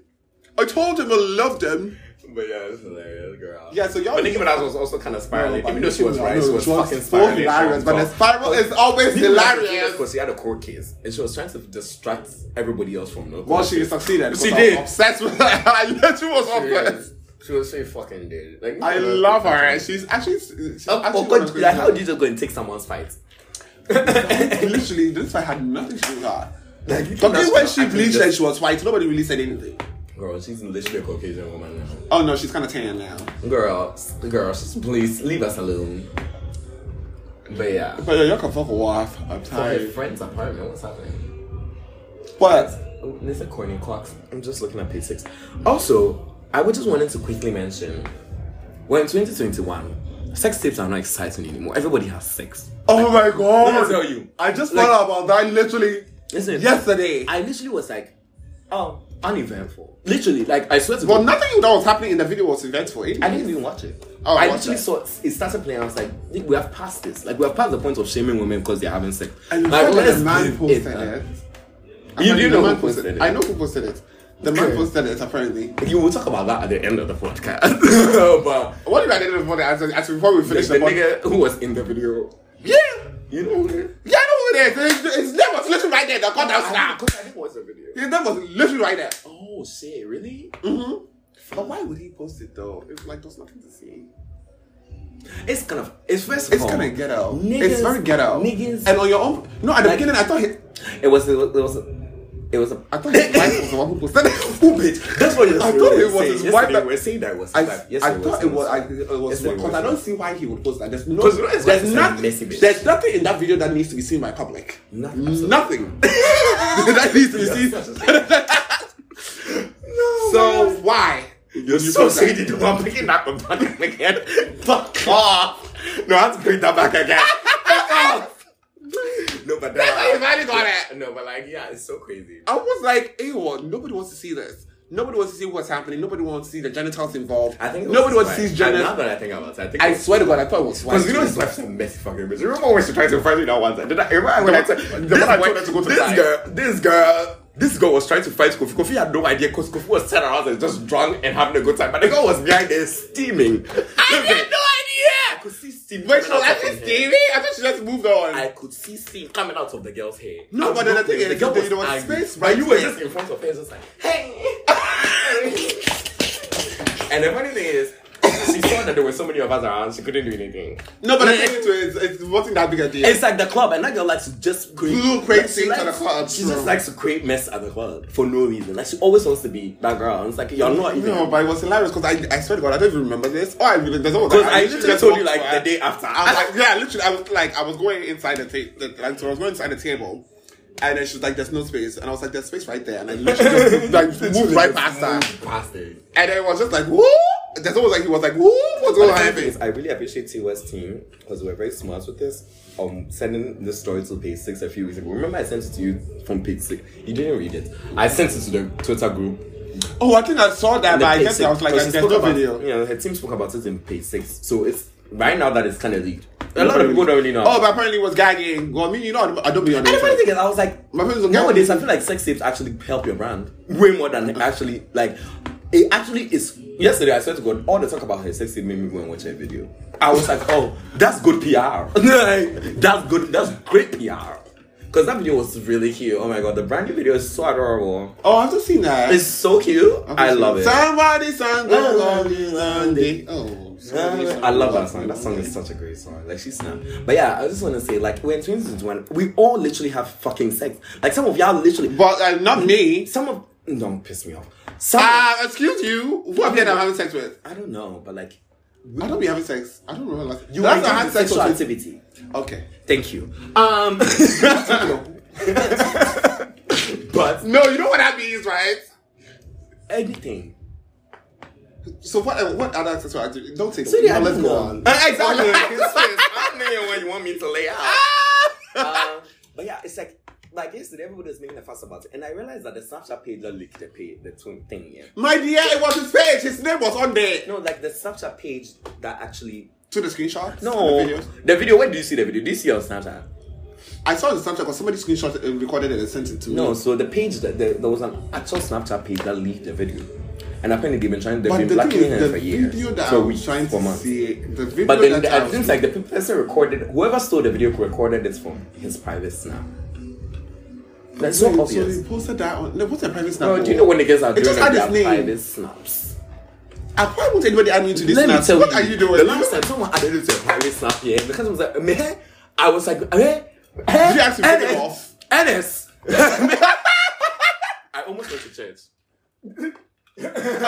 Speaker 2: I told him I loved him.
Speaker 1: But yeah, it's hilarious, girl.
Speaker 2: Yeah, so y'all-
Speaker 1: But Nicki Minaj was also kind of spiraling.
Speaker 2: No, but
Speaker 1: Even though she was
Speaker 2: Nicki
Speaker 1: right,
Speaker 2: Minaj
Speaker 1: she was
Speaker 2: Oh, was
Speaker 1: fucking
Speaker 2: so
Speaker 1: spiraling.
Speaker 2: hilarious, but the spiral is always hilarious.
Speaker 1: Because she had a court case and she was trying to distract everybody else from the
Speaker 2: Well, she succeeded.
Speaker 1: She
Speaker 2: because I was
Speaker 1: did.
Speaker 2: Obsessed with her. I literally was obsessed.
Speaker 1: Yes. She was she fucking did. Like
Speaker 2: I love her. She's actually. She's
Speaker 1: Oh,
Speaker 2: actually
Speaker 1: oh,
Speaker 2: one of
Speaker 1: God,
Speaker 2: the
Speaker 1: like, how
Speaker 2: greatest.
Speaker 1: did you just go and take someone's fight?
Speaker 2: literally this fight had nothing to do with her.
Speaker 1: Like, you
Speaker 2: But
Speaker 1: cannot-
Speaker 2: then when
Speaker 1: I
Speaker 2: she
Speaker 1: can
Speaker 2: bleached
Speaker 1: just-
Speaker 2: and she was white, nobody really said anything.
Speaker 1: Girl, she's literally a Caucasian woman now.
Speaker 2: Oh no, she's kind of tan now.
Speaker 1: Girl, s- girl, s- please leave us alone. But yeah.
Speaker 2: But yeah, y'all can fuck off. I'm
Speaker 1: For her
Speaker 2: tired.
Speaker 1: friend's apartment, what's happening?
Speaker 2: But
Speaker 1: Lisa Corny Clocks. I'm just looking at page six. Also, I would just wanted to quickly mention we're in 2021, sex tapes are not exciting anymore. Everybody has sex.
Speaker 2: oh my god,
Speaker 1: Let me tell you.
Speaker 2: I just
Speaker 1: Like-
Speaker 2: thought about that literally
Speaker 1: Listen,
Speaker 2: yesterday.
Speaker 1: I literally was like, oh, uneventful. Literally, like I swear to
Speaker 2: Well,
Speaker 1: God,
Speaker 2: nothing that was happening in the video was eventful. eh? Anyway.
Speaker 1: I didn't even watch it.
Speaker 2: Oh,
Speaker 1: I
Speaker 2: watch
Speaker 1: literally
Speaker 2: that.
Speaker 1: saw it started playing. I was like, "Nick, we have passed this. Like we have passed the point of shaming women because they're having sex.
Speaker 2: And you
Speaker 1: like,
Speaker 2: said that the
Speaker 1: give
Speaker 2: man
Speaker 1: it uh,
Speaker 2: posted
Speaker 1: a-
Speaker 2: it.
Speaker 1: You
Speaker 2: Apparently
Speaker 1: do
Speaker 2: the
Speaker 1: know
Speaker 2: man
Speaker 1: who posted it.
Speaker 2: I know who posted it. The man
Speaker 1: Okay.
Speaker 2: posted it apparently.
Speaker 1: You will talk about that at the end of the podcast. but
Speaker 2: What did I do before that? As, as before we
Speaker 1: the,
Speaker 2: finish
Speaker 1: the
Speaker 2: the,
Speaker 1: nigga
Speaker 2: podcast.
Speaker 1: who was in the video,
Speaker 2: Yeah.
Speaker 1: you know who?
Speaker 2: Yeah, I know who it is. His, his name was literally right there. The goddamn star.
Speaker 1: Because I didn't watch the video. Mm.
Speaker 2: His name was literally right there. Mm-hmm.
Speaker 1: Oh shit! Really?
Speaker 2: But why would he post it though? It's like there's nothing to see.
Speaker 1: It's kind of. It's first of
Speaker 2: It's
Speaker 1: all,
Speaker 2: kind of ghetto.
Speaker 1: Niggas,
Speaker 2: it's very ghetto.
Speaker 1: Niggas.
Speaker 2: And on your own. No, at the
Speaker 1: Like-
Speaker 2: beginning I thought he.
Speaker 1: it was. It was. It was. It was a,
Speaker 2: I thought his wife was the one who posted it. Who bitch?
Speaker 1: That's what
Speaker 2: I thought it was his
Speaker 1: Yesterday
Speaker 2: wife.
Speaker 1: we
Speaker 2: that-
Speaker 1: were saying that it was.
Speaker 2: I,
Speaker 1: his wife. Yes,
Speaker 2: I thought it was. I, it was
Speaker 1: Yes, it
Speaker 2: because
Speaker 1: was.
Speaker 2: I don't see why he would post that. There's no.
Speaker 1: 'Cause you know it's like
Speaker 2: There's
Speaker 1: it's a
Speaker 2: nothing.
Speaker 1: messy bitch.
Speaker 2: There's nothing in that video that needs to be seen by public.
Speaker 1: Nothing, absolutely.
Speaker 2: Nothing. that needs to be seen. So why?
Speaker 1: You're
Speaker 2: would you
Speaker 1: so
Speaker 2: post that?
Speaker 1: shady. dude. I'm picking up a button again. Fuck off. No, I have to pick that back again. Fuck off. No, but
Speaker 2: That's how you
Speaker 1: that.
Speaker 2: finally got it.
Speaker 1: No, but like, yeah, it's so crazy.
Speaker 2: I was like, Ewa, nobody wants to see this. Nobody wants to see what's happening. Nobody wants to see the genitals involved.
Speaker 1: I think it was
Speaker 2: nobody
Speaker 1: his wife.
Speaker 2: wants to see
Speaker 1: And
Speaker 2: genitals.
Speaker 1: Now that I think about it, I think
Speaker 2: I swear to God, I thought it was
Speaker 1: Because
Speaker 2: white.
Speaker 1: you know his wife's a messy fucking bitch. Remember when she tried to fight me that one time? Did I remember when I said
Speaker 2: The
Speaker 1: this
Speaker 2: one I told
Speaker 1: wife-
Speaker 2: her to go to
Speaker 1: this
Speaker 2: die.
Speaker 1: girl? This girl. This girl was trying to fight Kofi. Kofi had no idea because Kofi was sat around and just drunk and having a good time. But the girl was behind there steaming.
Speaker 2: I had no
Speaker 1: I
Speaker 2: idea.
Speaker 1: could see steam. coming
Speaker 2: Wait, she
Speaker 1: out
Speaker 2: was
Speaker 1: of
Speaker 2: actually
Speaker 1: her hair.
Speaker 2: steaming? I thought she just moved on.
Speaker 1: I could see steam coming out of the girl's hair.
Speaker 2: No,
Speaker 1: I'm
Speaker 2: but then the
Speaker 1: not
Speaker 2: thing
Speaker 1: playing.
Speaker 2: is, there was
Speaker 1: angry.
Speaker 2: space,
Speaker 1: But
Speaker 2: right
Speaker 1: you were
Speaker 2: space.
Speaker 1: just in front of her, just like, hey. and the funny thing is, she saw that there were so many of us around, she couldn't do anything.
Speaker 2: no, but the thing too is, it wasn't that big a deal.
Speaker 1: It's like the club, and that girl likes to just create,
Speaker 2: Blue crate
Speaker 1: she
Speaker 2: things
Speaker 1: likes-
Speaker 2: at the club,
Speaker 1: She
Speaker 2: bro.
Speaker 1: just likes to create mess at the club for no reason. Like she always wants to be that girl. And it's like you're not even.
Speaker 2: no, but it was hilarious because I, I swear to God, I don't even remember this. Oh, I really, there's no
Speaker 1: because I literally told you like the day after.
Speaker 2: I was like, yeah, literally, I was like, I was going inside the table, like, so I was going inside the table, and then she's like, "There's no space," and I was like, "There's space right there," and I literally just moved, like, moved right past her,
Speaker 1: Past it.
Speaker 2: and then it was just like, "Woo!" There's always like he was like, "Woo!" What's going on?
Speaker 1: Anyways, I really appreciate TOS team because we're very smart with this. Um, sending the story to page six a few weeks ago. Remember, I sent it to you from page six. You didn't read it. I sent it to the Twitter group.
Speaker 2: Oh, I think I saw that,
Speaker 1: the
Speaker 2: but I
Speaker 1: page
Speaker 2: guess I was like,
Speaker 1: because
Speaker 2: "There's
Speaker 1: she spoke
Speaker 2: no
Speaker 1: about-
Speaker 2: video."
Speaker 1: Yeah, her team spoke about it in page six. So it's right now that it's kind of leaked. A lot of people don't really know.
Speaker 2: Oh, but apparently it was gagging. Well, I mean, you know, I don't- I don't be on
Speaker 1: And the funny
Speaker 2: the
Speaker 1: thing is, I was like,
Speaker 2: My friends are
Speaker 1: nowadays, I feel like sex tapes actually help your brand way more than it actually, like, it actually is. Yesterday, I swear to God, all the talk about her sex tape made me go and watch her video. I was like, oh, that's good PR. Like, that's good, that's great PR. Because that video was really cute. Oh my god, the brand new video is so adorable.
Speaker 2: Oh, I've just seen that.
Speaker 1: It's so cute. I love it.
Speaker 2: Somebody, Sunday,
Speaker 1: Oh,
Speaker 2: Sunday,
Speaker 1: Sunday.
Speaker 2: Sunday. Oh, somebody,
Speaker 1: I love that song.
Speaker 2: Sunday,
Speaker 1: That song
Speaker 2: Sunday.
Speaker 1: is such a great song. Like she's not. But yeah, I just want to say, like, we're in 2021. We all literally have fucking sex. Like some of y'all literally.
Speaker 2: But uh, not me.
Speaker 1: Some of don't piss me off. Some.
Speaker 2: Uh, excuse you. Who have you been having sex with?
Speaker 1: I don't know, but like
Speaker 2: I don't be having sex. I don't remember last.
Speaker 1: you
Speaker 2: Last
Speaker 1: were
Speaker 2: time I
Speaker 1: into sexual
Speaker 2: with-
Speaker 1: activity.
Speaker 2: Okay.
Speaker 1: Thank you. Um, but
Speaker 2: No, you know what that means, right?
Speaker 1: anything.
Speaker 2: So what? uh, What other sexual activity? Don't take.
Speaker 1: Sweetie,
Speaker 2: no,
Speaker 1: I
Speaker 2: let's
Speaker 1: don't
Speaker 2: go
Speaker 1: know.
Speaker 2: on.
Speaker 1: Exactly. I'm laying when you want me to lay out. um, but yeah, it's like like yesterday everybody was making a fuss about it, and I realized that the Snapchat page don't leaked the page, the twin thing. Yeah.
Speaker 2: My dear, it was his page. His name was on there.
Speaker 1: No, like the Snapchat page that actually.
Speaker 2: To the screenshots.
Speaker 1: No,
Speaker 2: The videos.
Speaker 1: the video. Where do you see the video? Do you see it on Snapchat?
Speaker 2: I saw the Snapchat because somebody screenshot it and recorded it and sent it to me.
Speaker 1: No, so the page that there, there was an actual Snapchat page that leaked the video, and apparently they've been trying, they've
Speaker 2: But
Speaker 1: been
Speaker 2: the thing
Speaker 1: blacking
Speaker 2: is,
Speaker 1: her
Speaker 2: the
Speaker 1: for years,
Speaker 2: video that
Speaker 1: for
Speaker 2: I'm
Speaker 1: weeks,
Speaker 2: trying
Speaker 1: for
Speaker 2: to
Speaker 1: months.
Speaker 2: see, the video
Speaker 1: But then
Speaker 2: that
Speaker 1: the,
Speaker 2: I
Speaker 1: I
Speaker 2: was-
Speaker 1: think like the person recorded, whoever stole the video recorded it from his private snap. That's so,
Speaker 2: so, so
Speaker 1: obvious.
Speaker 2: they posted that on. No, what's a private Snap?
Speaker 1: Bro, do you know when niggas are
Speaker 2: It
Speaker 1: doing
Speaker 2: just had
Speaker 1: their
Speaker 2: his name.
Speaker 1: private snaps?
Speaker 2: I probably won't anybody add me to this.
Speaker 1: Let
Speaker 2: snap.
Speaker 1: me tell
Speaker 2: what
Speaker 1: you,
Speaker 2: are you doing?
Speaker 1: The last time someone added it to a private snap, yeah, because I was like, meh, I was like, eh, eh,
Speaker 2: Did you actually pick it off?
Speaker 1: Ennis. I almost went to church.
Speaker 2: Are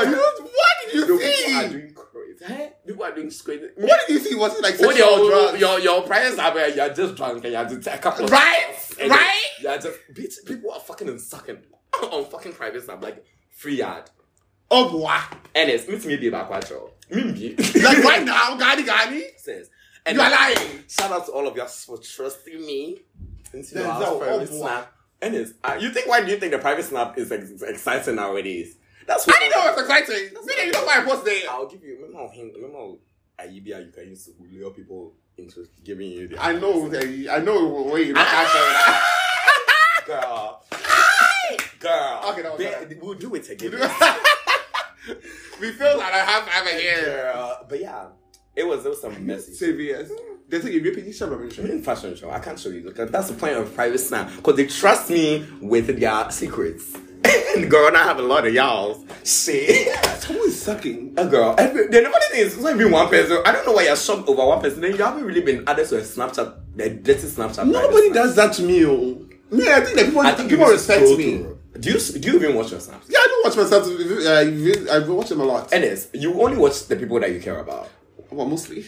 Speaker 2: you, what did you
Speaker 1: The people are
Speaker 2: see?
Speaker 1: "Ah, doing crazy. Eh? People are doing crazy.
Speaker 2: What did you see? Was it like
Speaker 1: When
Speaker 2: sexual
Speaker 1: your,
Speaker 2: drugs?
Speaker 1: your your prayers are where you're just drunk and you're just a couple of
Speaker 2: Right?
Speaker 1: and
Speaker 2: Right?
Speaker 1: You're just bitch, people are fucking and sucking on fucking private snap like free yard.
Speaker 2: Oh boy!
Speaker 1: Ennis, meet me be back Mimbi
Speaker 2: Like right now, Gani Gani.
Speaker 1: says. And
Speaker 2: You are lying.
Speaker 1: Shout out to all of you for trusting me. Into
Speaker 2: Denzel,
Speaker 1: your house private
Speaker 2: oh boy.
Speaker 1: snap. Ennis, uh, you think why do you think the private snap is ex- exciting nowadays? That's
Speaker 2: I didn't know it was exciting. Me and you know why I was there.
Speaker 1: I'll give you. Remember, how him, remember how Ayibia, you can use to lure people into giving you the.
Speaker 2: I know. that you- I know. Wait, you know, I
Speaker 1: Girl. Girl.
Speaker 2: Okay, that was
Speaker 1: Ba-
Speaker 2: alright.
Speaker 1: We'll do it again.
Speaker 2: said- we feel like I have I have a hair.
Speaker 1: Girl. But yeah, it was, it was some messy.
Speaker 2: Serious. They think if you're picking shit up, I'm sure.
Speaker 1: In fashion show, I can't show you. Look, that's the point of private snap because they trust me with their secrets. girl, and I have a lot of y'all. Shit,
Speaker 2: Someone is sucking.
Speaker 1: a girl. Every, the funny thing is, it's not even one person. I don't know why you're shocked over one person. Then you haven't really been added to a Snapchat, a dirty Snapchat.
Speaker 2: Nobody
Speaker 1: private snap.
Speaker 2: does that to me. oh. Yeah, I think that people
Speaker 1: I think
Speaker 2: people
Speaker 1: you just
Speaker 2: respect
Speaker 1: scroll
Speaker 2: me.
Speaker 1: through. Do you do you even watch your snaps?
Speaker 2: Yeah, I do watch myself. Uh, I watch them a lot.
Speaker 1: Ennis, you only watch the people that you care about.
Speaker 2: Well, mostly.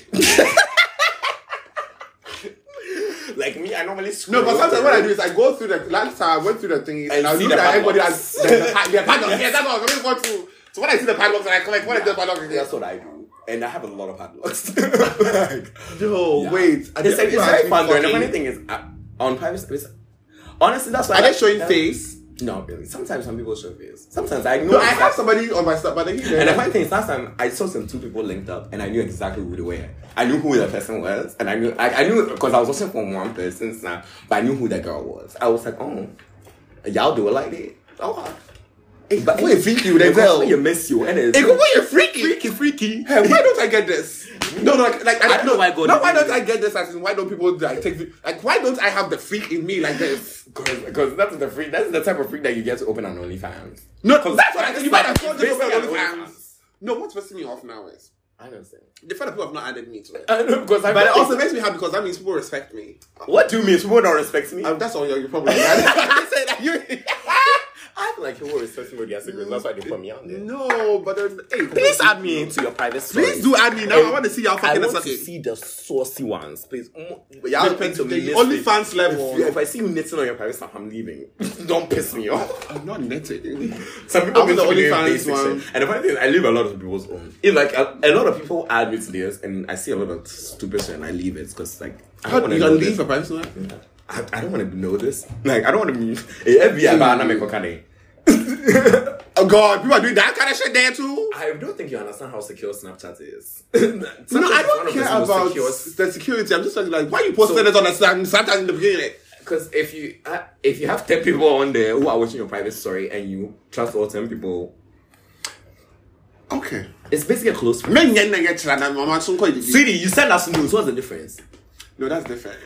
Speaker 1: Like me, I normally scroll.
Speaker 2: No, but sometimes what I do is I go through the last time I went through the thingies and,
Speaker 1: And
Speaker 2: I
Speaker 1: see
Speaker 2: look
Speaker 1: the
Speaker 2: at everybody as
Speaker 1: padlocks.
Speaker 2: the, the, pa- the padlock. Yeah, that's what I was really going to. So when I see the padlocks and I collect, what is the padlock?
Speaker 1: That's what I do, and I have a lot of padlocks. like,
Speaker 2: Yo,
Speaker 1: Yeah.
Speaker 2: wait. Are
Speaker 1: It's,
Speaker 2: they-
Speaker 1: like, it's
Speaker 2: people
Speaker 1: very
Speaker 2: actually
Speaker 1: fun though. And the
Speaker 2: fucking-
Speaker 1: funny thing is, I, on private space, honestly, that's why.
Speaker 2: Are
Speaker 1: I
Speaker 2: they
Speaker 1: like-
Speaker 2: showing
Speaker 1: um,
Speaker 2: face?
Speaker 1: Not really. Sometimes some people show face. Sometimes I know.
Speaker 2: No, I have
Speaker 1: exact-
Speaker 2: somebody on my stuff, but then he
Speaker 1: And the
Speaker 2: there.
Speaker 1: funny thing is, last time I saw some two people linked up, and I knew exactly who they were. I knew who the person was, and I knew I, I knew because I was watching from one person's now, but I knew who that girl was. I was like, oh, y'all do it like that? Oh, wow. Hey, but
Speaker 2: Wait, video, they tell.
Speaker 1: you miss you, and it's
Speaker 2: Hey, go you're freaky.
Speaker 1: freaky, freaky.
Speaker 2: Hey, why don't I get this? No, no, like, like
Speaker 1: I don't know why God
Speaker 2: No, why
Speaker 1: did
Speaker 2: don't
Speaker 1: this.
Speaker 2: I get this? As in, why don't people like take the, like? Why don't I have the freak in me like this?
Speaker 1: Because that's the freak. That's the type of freak that you get to open on OnlyFans.
Speaker 2: No, that's what I think. You might have
Speaker 1: Basically,
Speaker 2: told this on
Speaker 1: I don't-
Speaker 2: OnlyFans. No, what's pissing me off now is
Speaker 1: I don't understand.
Speaker 2: the fact that people have not added me to it.
Speaker 1: Because I
Speaker 2: But it also makes me happy because that means people respect me.
Speaker 1: what do you mean? People don't respect me.
Speaker 2: Um, that's all your, your problem.
Speaker 1: I
Speaker 2: Right?
Speaker 1: say that you. I feel like people respect me with their secrets. That's why they put me on there.
Speaker 2: no, but then, hey,
Speaker 1: Please add me into your private story.
Speaker 2: Please do add me now. I want to see y'all
Speaker 1: I
Speaker 2: fucking
Speaker 1: want to
Speaker 2: sucking.
Speaker 1: see the saucy ones, please. Mm, Y'all
Speaker 2: The-
Speaker 1: pay to
Speaker 2: the
Speaker 1: me. miss
Speaker 2: only
Speaker 1: me.
Speaker 2: fans level.
Speaker 1: If, if I see you knitting on your private stuff, I'm leaving. Don't piss me off.
Speaker 2: I'm not netting.
Speaker 1: Some people
Speaker 2: I'm
Speaker 1: miss
Speaker 2: the
Speaker 1: me
Speaker 2: only
Speaker 1: doing
Speaker 2: fans
Speaker 1: basic
Speaker 2: one.
Speaker 1: shit. And the funny thing is, I leave a lot of people's own. It, like a, a lot of people add me to theirs, and I see a lot of stupid shit, and I leave it because like I
Speaker 2: How
Speaker 1: don't want
Speaker 2: do you
Speaker 1: to
Speaker 2: can
Speaker 1: know
Speaker 2: leave
Speaker 1: this.
Speaker 2: a private one?
Speaker 1: I, I don't want to know this. Like I don't want to be eh, FBI. but I'm not making cocaine.
Speaker 2: Oh God, people are doing that kind of shit there too.
Speaker 1: I don't think you understand how secure Snapchat is.
Speaker 2: no, I don't care about the security. I'm just like, like why you posting
Speaker 1: So-
Speaker 2: it on a Snap- Snapchat in the beginning?
Speaker 1: because if you uh, if you have ten people on there who are watching your private story and you trust all ten people,
Speaker 2: Okay.
Speaker 1: it's basically a close friend.
Speaker 2: Men yen na get chila na mama tun ko idibi.
Speaker 1: Sweetie, you send us news. What's the difference?
Speaker 2: No, that's different.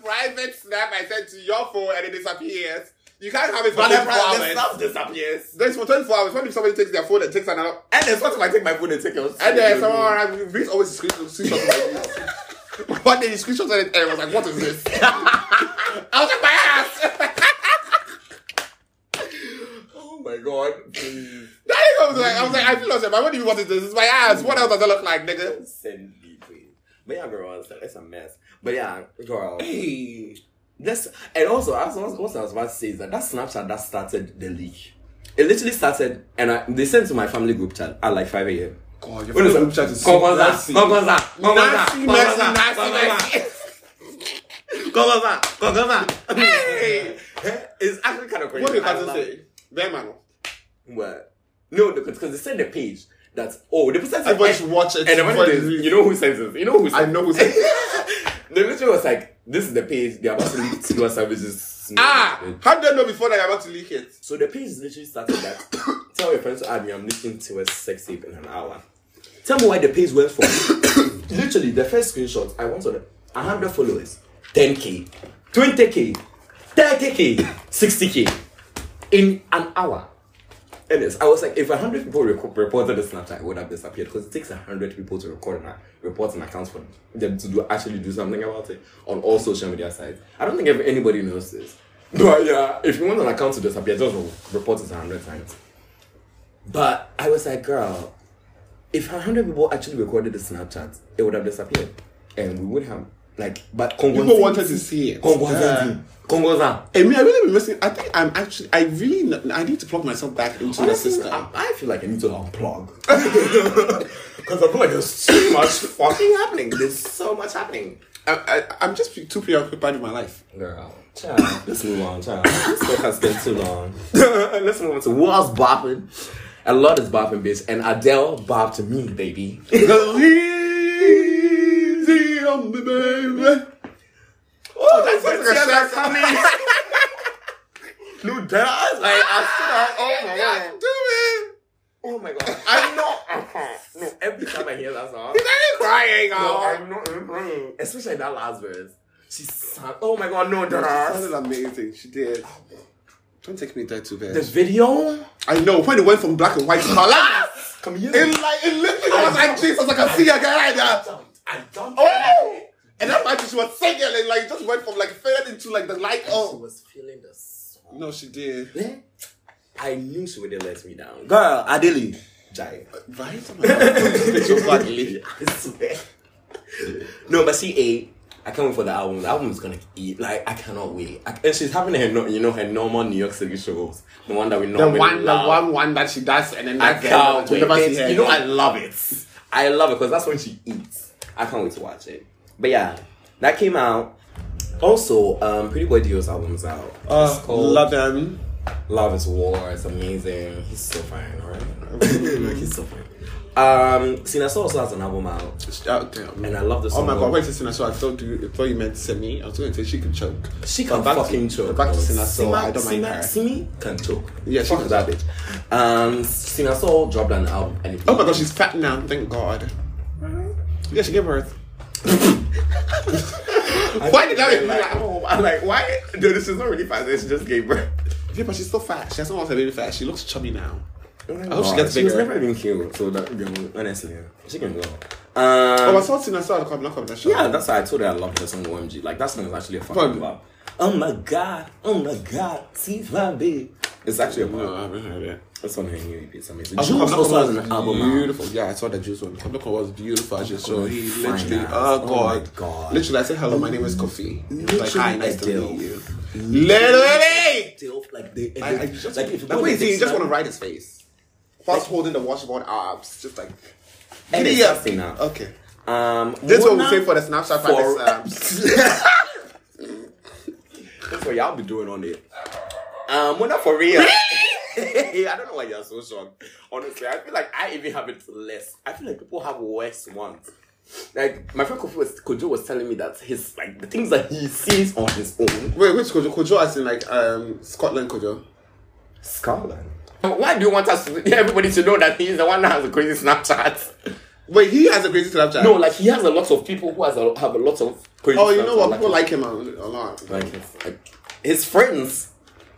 Speaker 2: private snap I sent to your phone and it disappears. You can't have it for
Speaker 1: But
Speaker 2: 24
Speaker 1: the
Speaker 2: hours.
Speaker 1: stuff disappears.
Speaker 2: There's for 24 hours. When if somebody takes their phone and takes another,
Speaker 1: And then sometimes I take my phone and take it.
Speaker 2: and then someone around Reese always screenshots screenshots of my videos. One day he screenshots it and I was like, "What is this?" I was like, "My ass."
Speaker 1: Oh my god, please.
Speaker 2: That nigga was like, I was like, "I feel myself. I wouldn't even want this. This is my ass. What else does that look like, nigga?"
Speaker 1: Send me, please. But yeah, girl, it's- it's a mess. But yeah, girl.
Speaker 2: Hey,
Speaker 1: That's and also I was what I was about to say is that that Snapchat that started the leak. It literally started, and I, they sent to my family group chat at like five a.m.
Speaker 2: God, Oh, your
Speaker 1: When is
Speaker 2: phone
Speaker 1: that?
Speaker 2: group chat is so
Speaker 1: Congonza,
Speaker 2: nasty.
Speaker 1: Congonza, Congonza,
Speaker 2: Nasty, nasty,
Speaker 1: Congonza,
Speaker 2: nasty,
Speaker 1: Congonza,
Speaker 2: nasty.
Speaker 1: Congonza, Congonza.
Speaker 2: Hey!
Speaker 1: Eh, It's actually kind of crazy.
Speaker 2: What did
Speaker 1: I
Speaker 2: Patton
Speaker 1: love
Speaker 2: say? Bear man.
Speaker 1: it. What? No, because they sent the page. That's oh, the person said
Speaker 2: Everybody should watch
Speaker 1: And
Speaker 2: it.
Speaker 1: the funny
Speaker 2: Everybody
Speaker 1: thing is,
Speaker 2: read.
Speaker 1: you know who sends this? You know who
Speaker 2: I
Speaker 1: sends
Speaker 2: know who said it.
Speaker 1: The literally was like, this is the page they are about to leak to your services.
Speaker 2: Ah! How did I know before that I'm about to leak it?
Speaker 1: So the page literally started that. Tell your friends to add me. I'm listening to a sex tape in an hour. Tell me why the page went from literally the first screenshot. I went on a- 100 followers, 10k, 20k, 30k, 60k in an hour. And it's, I was like, if 100 people rec- reported the Snapchat, it would have disappeared because it takes 100 people to record and report an account for them to do, actually do something about it on all social media sites. I don't think if anybody knows this. But yeah, if you want an account to disappear, just report it 100 times. But I was like, girl, if 100 people actually recorded the Snapchat, it would have disappeared. And we would have, like, but Congo.
Speaker 2: People wanted to see it. Yeah.
Speaker 1: Congo. Congo.
Speaker 2: Hey, Eh, me, I really been missing. I think I'm actually. I really. n- I need to plug myself back into the
Speaker 1: Honestly,
Speaker 2: system.
Speaker 1: I, I feel like I need to unplug because I feel like there's too much fucking happening. There's so much happening.
Speaker 2: I, I, I'm just too preoccupied with my life.
Speaker 1: Girl, child, let's move on, child. This podcast has been too long. let's move on to what's bopping. A lot is bopping, bitch, and Adele bopped me, baby. Oh,
Speaker 2: Easy on me, baby.
Speaker 1: Oh,
Speaker 2: that's like a shout coming.
Speaker 1: No, that I like, I
Speaker 2: Oh
Speaker 1: stood
Speaker 2: my
Speaker 1: out.
Speaker 2: God, do it.
Speaker 1: Oh my god, I'm not. No, every time I hear that song.
Speaker 2: Is that you crying?
Speaker 1: No,
Speaker 2: Oh,
Speaker 1: I'm not impressed. Especially that last verse. She sang. Oh my god, no,
Speaker 2: that
Speaker 1: the,
Speaker 2: sounded amazing. She did. Don't take me there too bad.
Speaker 1: the video.
Speaker 2: I know when it went from black and white to color.
Speaker 1: Come here.
Speaker 2: It like it literally was like Jesus. I can see a guy
Speaker 1: I
Speaker 2: like that.
Speaker 1: don't. I don't.
Speaker 2: Oh! And that's why she was singing, and like it just went from like faded into like the light.
Speaker 1: She
Speaker 2: Oh
Speaker 1: was feeling the song.
Speaker 2: no, she did.
Speaker 1: Then, I knew she wouldn't let me down. Girl, Adele. Jive.
Speaker 2: Right? she was like, "Lee."
Speaker 1: I swear. no, but she ate. I can't wait for the album. The album is gonna eat. Like I cannot wait. I, and she's having her, no- you know, her normal New York City shows. The one that we
Speaker 2: the
Speaker 1: normally
Speaker 2: one, the
Speaker 1: love.
Speaker 2: one, one that she does, and then
Speaker 1: I
Speaker 2: that
Speaker 1: can't wait.
Speaker 2: Whenever she
Speaker 1: Bitch,
Speaker 2: heard
Speaker 1: you know
Speaker 2: it.
Speaker 1: I love it. I love it because that's when she eats. I can't wait to watch it. But yeah, that came out. Also, um, Pretty Boy Dio's album's out.
Speaker 2: Uh,
Speaker 1: It's called
Speaker 2: love them.
Speaker 1: Love is War. It's amazing. He's so fine, right? He's so fine. Um, Sina Soul also has an album out,
Speaker 2: Oh, damn.
Speaker 1: and I love the
Speaker 2: Oh
Speaker 1: song.
Speaker 2: my god, wait a second. So I thought you, I thought you meant Simi. I was going to say she can choke.
Speaker 1: She can
Speaker 2: But back
Speaker 1: fucking
Speaker 2: to,
Speaker 1: choke.
Speaker 2: Back to
Speaker 1: bro.
Speaker 2: Sina Soul. I don't mind
Speaker 1: Sina,
Speaker 2: her.
Speaker 1: Simi can choke.
Speaker 2: Yeah, she
Speaker 1: Fuck
Speaker 2: can
Speaker 1: that bitch. Um, Sina Soul dropped an album. And it-
Speaker 2: Oh my god, she's fat now. Thank God. Yeah, she gave birth. why did that make me laugh?
Speaker 1: I'm like, why? Dude, this is not really fast. She just gave birth.
Speaker 2: Yeah, but she's still fat. She hasn't lost her baby fat. She looks chubby now.
Speaker 1: I
Speaker 2: hope she gets bigger.
Speaker 1: She's never even cute, so that girl, honestly, she can go. Um,
Speaker 2: Oh, I saw Tina Star at the Cobb Knock show.
Speaker 1: yeah, that's why I told her I love the song OMG. Like that song is actually a fucking
Speaker 2: Fuck.
Speaker 1: love. Oh my god, oh my god, T5B. It's actually a
Speaker 2: No, Oh, I
Speaker 1: vibe.
Speaker 2: haven't heard it.
Speaker 1: It's on her new EP. It's amazing.
Speaker 2: Cobb
Speaker 1: Juice also
Speaker 2: Knock
Speaker 1: has an album. uh,
Speaker 2: was
Speaker 1: out.
Speaker 2: beautiful. Yeah, I saw the Juice one. Cobb Knock was beautiful as you saw.
Speaker 1: gonna
Speaker 2: He
Speaker 1: find
Speaker 2: literally,
Speaker 1: out.
Speaker 2: oh
Speaker 1: Oh
Speaker 2: god.
Speaker 1: my God.
Speaker 2: Literally, I said hello, my name is Kofi. He was Like,
Speaker 1: Literally
Speaker 2: hi, nice
Speaker 1: a
Speaker 2: to
Speaker 1: deal.
Speaker 2: meet you. Literally!
Speaker 1: Still, like they,
Speaker 2: I, I just,
Speaker 1: like if you
Speaker 2: like,
Speaker 1: go
Speaker 2: wait, see, you just
Speaker 1: dictionary-
Speaker 2: want to ride his face. Whilst holding the washboard arms, just like.
Speaker 1: And it's
Speaker 2: Yeah.
Speaker 1: nothing now.
Speaker 2: Okay.
Speaker 1: uh, Um,
Speaker 2: This what we
Speaker 1: Mona
Speaker 2: say for the Snapchat um, for...
Speaker 1: That's what y'all be doing on it. Um, we're not for real. I don't know why you're so shocked. Honestly, I feel like I even have it less. I feel like people have worse ones. Like my friend Kofi was Kojo was telling me that his like the things that he sees on his own.
Speaker 2: Wait, which Kojo? Kojo as in like um Scotland Kojo.
Speaker 1: Scotland. Why do you want us? To, everybody to know that he's the one that has a crazy Snapchat.
Speaker 2: Wait, he has a crazy Snapchat.
Speaker 1: No, like he has a lot of people who has a, have a lot of. crazy
Speaker 2: Oh, you
Speaker 1: fans
Speaker 2: know
Speaker 1: that
Speaker 2: what? People
Speaker 1: him.
Speaker 2: like him a a lot.
Speaker 1: like his, like his friends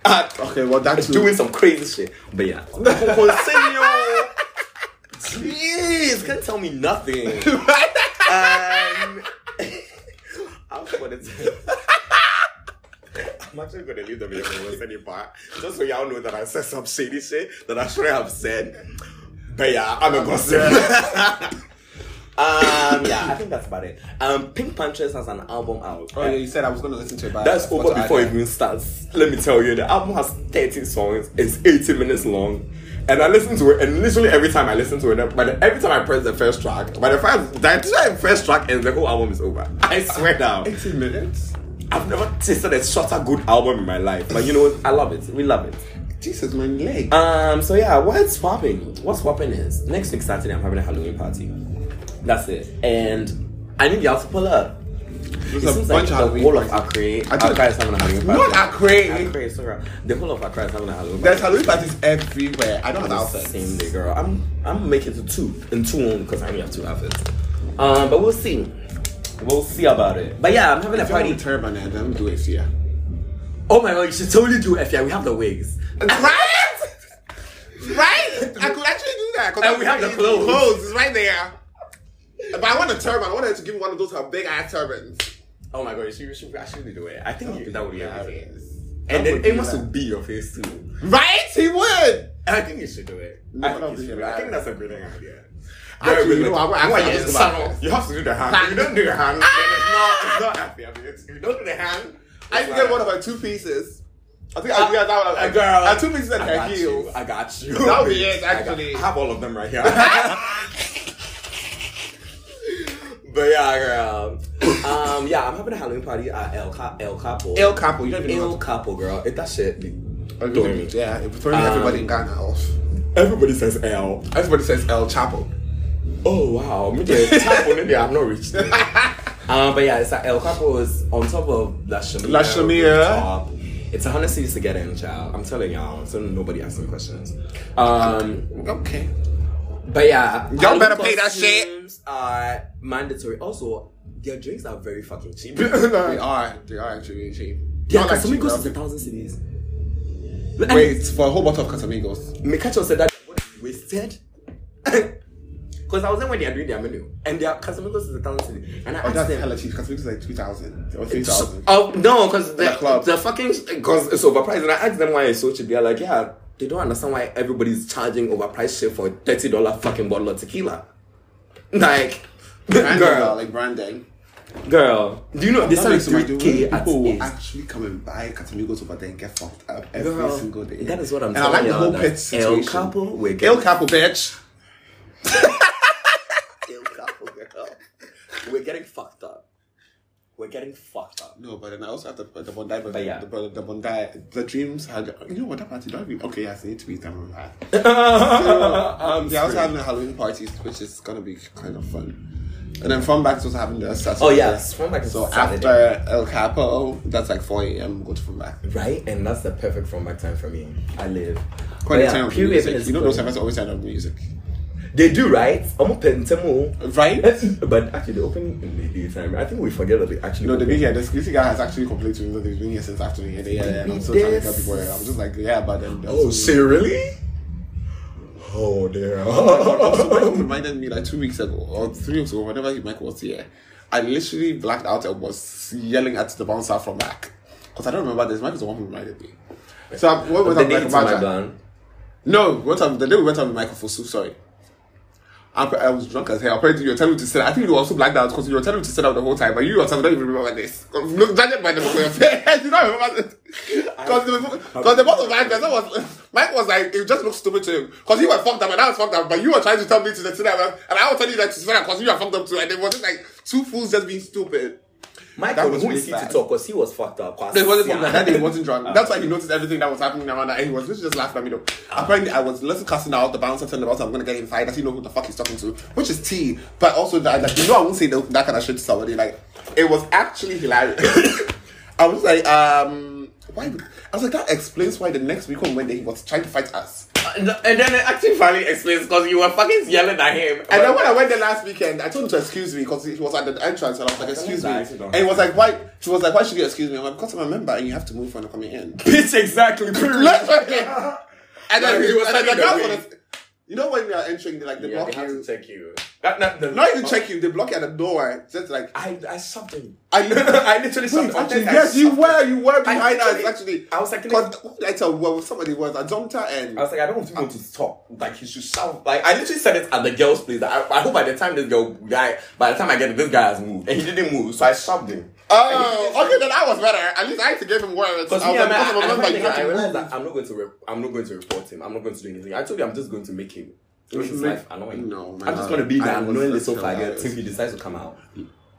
Speaker 1: are
Speaker 2: Okay, well that's
Speaker 1: doing some crazy shit. But yeah, continue. Jeez, can't tell me nothing. um, I'm gonna. I'm actually gonna leave the video for any part, just so y'all know that I said some shady shit that I shouldn't have said. But yeah, I'm a gossip. um, yeah, I think that's about it. Um, Pink Punches has an album out.
Speaker 2: Oh, yeah, you said I was going to listen to it, but
Speaker 1: That's
Speaker 2: I forgot
Speaker 1: over
Speaker 2: to add
Speaker 1: before
Speaker 2: that.
Speaker 1: it even starts. Let me tell you, the album has 30 songs, it's 80 minutes long. And I listen to it, and literally every time I listen to it, by the, every time I press the first track, by the first, that first track ends, the whole album is over. I swear now.
Speaker 2: 18 minutes.
Speaker 1: I've never tasted a shorter good album in my life. But you know what? I love it. We love it.
Speaker 2: Jesus, my leg.
Speaker 1: Um, so yeah, what's swapping? What swapping is? Next week Saturday, I'm having a Halloween party. That's it. And I need y'all to pull up.
Speaker 2: There's
Speaker 1: It seems like the whole of Accra,
Speaker 2: I think-
Speaker 1: Accra is having a Halloween party.
Speaker 2: Not Accra.
Speaker 1: Accra, sorry. The whole of Accra is having a Halloween
Speaker 2: There's
Speaker 1: party.
Speaker 2: Halloween parties everywhere. I don't have
Speaker 1: That's the
Speaker 2: outfits.
Speaker 1: same day, girl. I'm I'm making it to two and two only because I only have two outfits. Um, but we'll see. We'll see about it. But yeah, I'm having a
Speaker 2: If you want
Speaker 1: party.
Speaker 2: a turban, eh, then do it here.
Speaker 1: Oh my god, you should totally do it. Yeah, we have the wigs.
Speaker 2: Right? right? I could actually do that. 'cause
Speaker 1: And
Speaker 2: I-
Speaker 1: we have the clothes.
Speaker 2: It's right there. But I want a turban. I want her to give me one of those her big ass turbans.
Speaker 1: Oh my god, you should, you should actually do it. I think you, that would be amazing.
Speaker 2: That
Speaker 1: And then
Speaker 2: would be
Speaker 1: it must
Speaker 2: nice.
Speaker 1: be your face too.
Speaker 2: Right? He would.
Speaker 1: I think you should do it.
Speaker 2: No,
Speaker 1: I,
Speaker 2: I don't
Speaker 1: think you
Speaker 2: think
Speaker 1: should do it.
Speaker 2: it
Speaker 1: I
Speaker 2: matters.
Speaker 1: think that's a brilliant idea.
Speaker 2: Actually,
Speaker 1: Very
Speaker 2: you
Speaker 1: brilliant.
Speaker 2: know, I wa- I
Speaker 1: Why
Speaker 2: wa-
Speaker 1: you
Speaker 2: I
Speaker 1: just
Speaker 2: was about
Speaker 1: subtle?
Speaker 2: that.
Speaker 1: You have to do the hand. If you don't do the hand, then it's not it's not happy. If you don't do the hand,
Speaker 2: Ah! I used to get one of her two pieces. I think I realized that one. Uh, I
Speaker 1: a
Speaker 2: was
Speaker 1: girl.
Speaker 2: Her two pieces and
Speaker 1: I
Speaker 2: her
Speaker 1: got you.
Speaker 2: heels.
Speaker 1: I got you.
Speaker 2: That would be it,
Speaker 1: I got-
Speaker 2: actually.
Speaker 1: I have all of them right here. But yeah, girl. Um, yeah, I'm having a Halloween party at El Cap El Capo.
Speaker 2: El Capo. You don't even know.
Speaker 1: El Capo, girl. If that shit be
Speaker 2: how to-
Speaker 1: doing me.
Speaker 2: Yeah, it was throwing everybody in Ghana off.
Speaker 1: Everybody says L.
Speaker 2: Everybody says El Chapo.
Speaker 1: Oh wow, me the tap on India, I've not reached there. um, but yeah, it's like El Capo is on top of La Shamia.
Speaker 2: La Shamia.
Speaker 1: rooftop. It's a hundred cities to get in, child. I'm telling y'all, so nobody asking questions. Um,
Speaker 2: Okay.
Speaker 1: but yeah,
Speaker 2: Y'all better pay that shit.
Speaker 1: costumes Are mandatory. Also, their drinks are very fucking cheap.
Speaker 2: they are. They are actually really cheap.
Speaker 1: yeah,
Speaker 2: Not like cheap,
Speaker 1: Casamigos is
Speaker 2: though.
Speaker 1: a thousand cities.
Speaker 2: Wait, for a whole bottle of Casamigos.
Speaker 1: Mikacho said that what is wasted. Because I was there when they are doing their menu, and their Casamigos is a thousand cities, and I
Speaker 2: Oh,
Speaker 1: asked
Speaker 2: that's
Speaker 1: them.
Speaker 2: hella cheap. Casamigos is like 2,000 or 3,000.
Speaker 1: Oh no, because
Speaker 2: The
Speaker 1: the,
Speaker 2: club.
Speaker 1: the fucking because it's overpriced. And I asked them why it's so cheap. They're like, yeah, they don't understand why everybody's charging overpriced shit for a thirty dollar fucking bottle of tequila. Like,
Speaker 2: Branding, girl.
Speaker 1: girl,
Speaker 2: like branding.
Speaker 1: girl, do you know they
Speaker 2: That
Speaker 1: sell
Speaker 2: makes my
Speaker 1: three k
Speaker 2: day.
Speaker 1: at
Speaker 2: People will
Speaker 1: Ace?
Speaker 2: actually come and buy Casamigos over there and get fucked up every
Speaker 1: Girl,
Speaker 2: single day.
Speaker 1: that is what I'm
Speaker 2: And I like
Speaker 1: telling
Speaker 2: the
Speaker 1: y'all,
Speaker 2: whole
Speaker 1: that
Speaker 2: pet
Speaker 1: El
Speaker 2: situation.
Speaker 1: Capo, we're
Speaker 2: El
Speaker 1: getting
Speaker 2: Capo, bitch.
Speaker 1: El Capo, girl. We're getting fucked up. We're getting fucked up.
Speaker 2: No, but then I also had the, the Bondi, but
Speaker 1: yeah.
Speaker 2: the, the, the Bondi, the dreams had, you know what, that party, don't even, okay, yes, I need to be done with that.
Speaker 1: um,
Speaker 2: Yeah, I was having a Halloween party, which is gonna be kind of fun. And then Fun Bags was having the Saturday.
Speaker 1: Oh, yeah, Fun Back is
Speaker 2: So
Speaker 1: Saturday.
Speaker 2: after El Capo, that's like 4 a.m. Go to Fun Back.
Speaker 1: right, and that's the perfect throwback time for me. I live.
Speaker 2: Quite
Speaker 1: But
Speaker 2: a
Speaker 1: yeah,
Speaker 2: time of
Speaker 1: period
Speaker 2: music.
Speaker 1: is
Speaker 2: You know
Speaker 1: good.
Speaker 2: those servers always turn up music,
Speaker 1: They do, right? I'm open to move.
Speaker 2: right?
Speaker 1: but actually, they open in the daytime. I think we forget that they actually.
Speaker 2: You know, they've been
Speaker 1: open.
Speaker 2: here. This music guy has actually complained to me that they've been here since after the end. Yeah, yeah, and I'm still trying to tell people. I'm just like, yeah, but then.
Speaker 1: Oh, seriously? Oh,
Speaker 2: Michael
Speaker 1: damn.
Speaker 2: reminded me like two weeks ago or three weeks ago, whenever he Michael was here, I literally blacked out and was yelling at the bouncer from back because I don't remember this. Michael's the one who reminded me. So I, what was
Speaker 1: the day
Speaker 2: I
Speaker 1: to my
Speaker 2: about?
Speaker 1: band.
Speaker 2: No, we went on, the day we went out with Michael for soup. Sorry. I, I was drunk as hell. Apparently, you were telling me to sit. I think you were also blacked out because you were telling me to sit out the whole time. But you yourself don't even remember this. Look, judging by the look on your face, you don't remember this. Because the because the boss of Mike, that was Mike was like, it just looked stupid to him because he was fucked up and I was fucked up. But you were trying to tell me to sit out, and I was telling you that to sit out because you were fucked up too. And it was just like two fools just being stupid.
Speaker 1: Michael,
Speaker 2: was
Speaker 1: who
Speaker 2: really
Speaker 1: is he to
Speaker 2: bad.
Speaker 1: talk? Because he was fucked up.
Speaker 2: No, he wasn't drunk. That day he wasn't drunk. That's why he noticed everything that was happening around that. And he was literally just laughing at me though. Apparently, I was literally casting out the bouncer, telling the bouncer I'm gonna get him fired. Does he know who the fuck he's talking to? Which is tea. But also, that, like you know, I won't say that, that kind of shit to somebody. Like it was actually hilarious. I was like, um, why? would- I was like, that explains why the next week on Wednesday he was trying to fight us.
Speaker 1: And then it actually finally explains because you were fucking yelling at him.
Speaker 2: And then when I went there last weekend, I told him to excuse me because he was at the entrance, and I was like, "Excuse me." And he was like, "Why?" She was like, "Why should you excuse me?" I'm like, "Because I'm a member, and you have to move when I'm coming in."
Speaker 1: Bitch, exactly.
Speaker 2: Literally. And then
Speaker 1: Like,
Speaker 2: he
Speaker 1: he was
Speaker 2: was and then the
Speaker 1: standing
Speaker 2: guy
Speaker 1: away.
Speaker 2: was. You know when we are entering, they like they
Speaker 1: Yeah,
Speaker 2: block
Speaker 1: they have to Oh.
Speaker 2: you.
Speaker 1: check you. That, that, the,
Speaker 2: Not even check you. They block you at the door. Just like
Speaker 1: I, I stopped him.
Speaker 2: I
Speaker 1: I literally stopped him.
Speaker 2: Actually,
Speaker 1: I
Speaker 2: yes, you
Speaker 1: stopped
Speaker 2: were.
Speaker 1: him.
Speaker 2: You were behind us.
Speaker 1: literally-
Speaker 2: Actually,
Speaker 1: I was like,
Speaker 2: because I tell well, somebody was Adonta and
Speaker 1: I was like, I don't want people to stop. Like, he should shout. Like, I literally said it at the girl's place. I, I hope by the time this girl guy, by the time I get it, this guy has moved, and he didn't move, so I shoved him.
Speaker 2: oh, okay, then I was better. At least I had to give him words. I was
Speaker 1: Because me,
Speaker 2: like,
Speaker 1: and I,
Speaker 2: because I'm a
Speaker 1: I,
Speaker 2: member,
Speaker 1: I,
Speaker 2: you have
Speaker 1: I
Speaker 2: to move.
Speaker 1: realized that I'm not going to, re- I'm not going to report him. I'm not going to do anything. I told you, I'm just going to make him. Make his
Speaker 2: Make-
Speaker 1: life annoying.
Speaker 2: No, man.
Speaker 1: I'm just going to be
Speaker 2: I Mm.
Speaker 1: that
Speaker 2: was
Speaker 1: annoying
Speaker 2: just
Speaker 1: little faggot
Speaker 2: hilarious.
Speaker 1: till he decides to come out.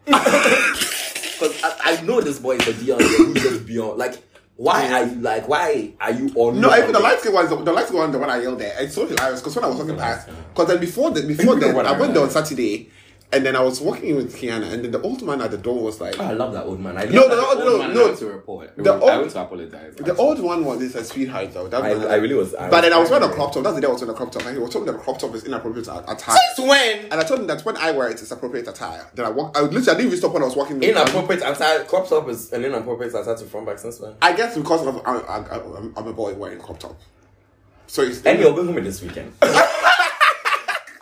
Speaker 1: Because I, I know this boy is a beyond, he's just beyond. Like, why are you like? Why are you on?
Speaker 2: No, even the light skin one, the light skin one, the one I yelled at. It's so hilarious because when I was walking past, because then before the, before
Speaker 1: You know
Speaker 2: then,
Speaker 1: what
Speaker 2: I
Speaker 1: I
Speaker 2: went there on
Speaker 1: mean.
Speaker 2: Saturday, and then I was walking in with Kiana, and then the old man at the door was like,
Speaker 1: Oh, I love that old man. I
Speaker 2: No,
Speaker 1: love
Speaker 2: no,
Speaker 1: that
Speaker 2: no,
Speaker 1: old
Speaker 2: no,
Speaker 1: man
Speaker 2: no.
Speaker 1: I went to report. I
Speaker 2: The old-
Speaker 1: went to apologize.
Speaker 2: the old one was this a sweetheart though. That
Speaker 1: I-
Speaker 2: was-
Speaker 1: I really was- I
Speaker 2: but
Speaker 1: was
Speaker 2: then I was wearing a
Speaker 1: angry.
Speaker 2: crop top. That's the day I was wearing a crop top, and he was telling me that the crop top is inappropriate at, at time.
Speaker 1: Since when?
Speaker 2: And I told him that when I wear it, it's appropriate attire. Then I walk. I literally I didn't even stop when I was walking.
Speaker 1: Inappropriate attire. Crop top is an inappropriate attire to front back since when?
Speaker 2: I guess because of I, I, I, I'm- I'm a boy wearing crop top, so it's
Speaker 1: And you'll be home this weekend.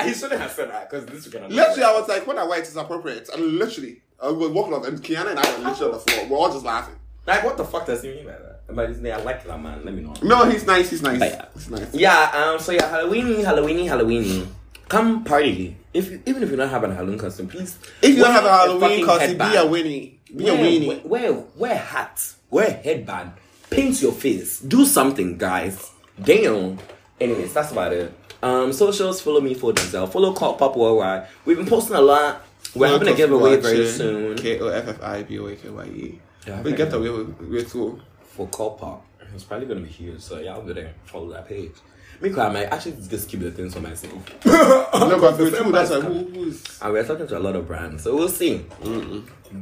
Speaker 1: he shouldn't have said that because this weekend. I'm not
Speaker 2: Literally, I was like, when I wear it, it's appropriate. And literally, I was walking off, and Kiana and I were literally on the floor. We're all just laughing.
Speaker 1: Like, what the fuck does he mean by that? But his name, I like that man. Let me know.
Speaker 2: No, he's nice. He's nice.
Speaker 1: Yeah.
Speaker 2: He's nice.
Speaker 1: Yeah. Um. So yeah, Halloweeny, Halloweeny, Halloweeny. Come party. If you- even if you don't have a Halloween costume, please.
Speaker 2: If you
Speaker 1: wear
Speaker 2: don't have a Halloween
Speaker 1: fucking
Speaker 2: costume, be a
Speaker 1: headband.
Speaker 2: Winnie. Be a
Speaker 1: wear,
Speaker 2: Winnie.
Speaker 1: Wear, wear a hat. Wear a headband. Paint your face. Do something, guys. Damn. Anyways, that's about it. Um, socials, follow me for Denzel. Follow Cop Pop Worldwide. We've been posting a lot. We're having a giveaway very soon
Speaker 2: K O F F I B O A K Y E.
Speaker 1: Yeah,
Speaker 2: We
Speaker 1: okay.
Speaker 2: get away with with two.
Speaker 1: for Cop Pop. It's probably gonna be huge, so y'all go there and follow that page. Me, I might actually just keep the things for myself.
Speaker 2: No, but with two, that's
Speaker 1: is
Speaker 2: like who, who's.
Speaker 1: And we're talking to a lot of brands, so we'll see.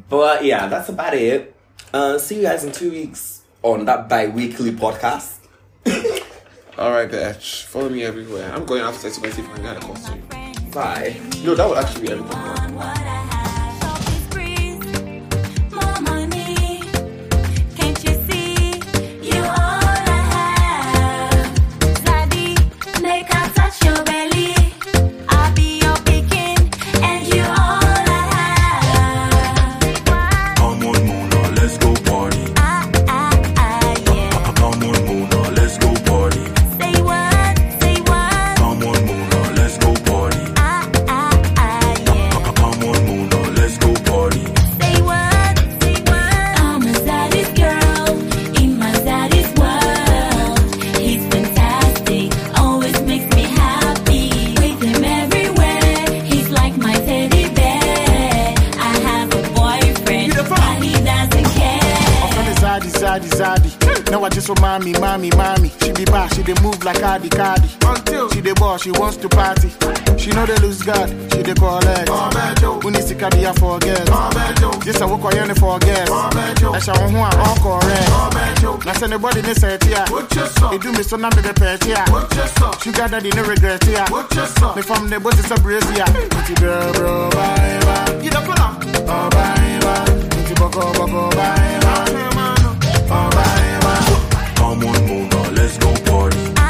Speaker 1: But yeah, that's about it. Uh, see you guys in two weeks on that bi weekly podcast.
Speaker 2: All right, bitch. Follow me everywhere. I'm going after to go see if I can get a costume.
Speaker 1: Bye.
Speaker 2: No, that would actually be everything.
Speaker 3: Come on, Mona, let's go party.
Speaker 4: Ah,
Speaker 3: Come on, Mona, let's go party.
Speaker 4: Say what, say what,
Speaker 3: Come on, Mona, let's go party.
Speaker 4: ah, ah, ah, yeah.
Speaker 3: Come on, Mona, let's go party.
Speaker 4: Say what? Say what? I'm a saddest girl in my saddest world. He's fantastic, always makes me happy. With him everywhere, he's like my teddy bear. I have a boyfriend, but he doesn't care.
Speaker 5: From the zaddy, zaddy, zaddy. Now I just want mommy, mommy, mommy. She be back, she dey move like Cardi, Cardi. Until she dey ball, she wants to party. She know they lose God, she dey collect. Who needs to carry her forget? This a work on forget. That's how I'm all correct. Now send anybody this set here. They do me so now me the pet here. Sugar daddy no regret here. Me from the boat is a breeze here. Pretty girl, bro, bye bye. You don't pull up. Oh, bye bye. Pretty boko, boko, bye bye.
Speaker 3: Come on, Mona, let's go party.
Speaker 4: Ah, Ah,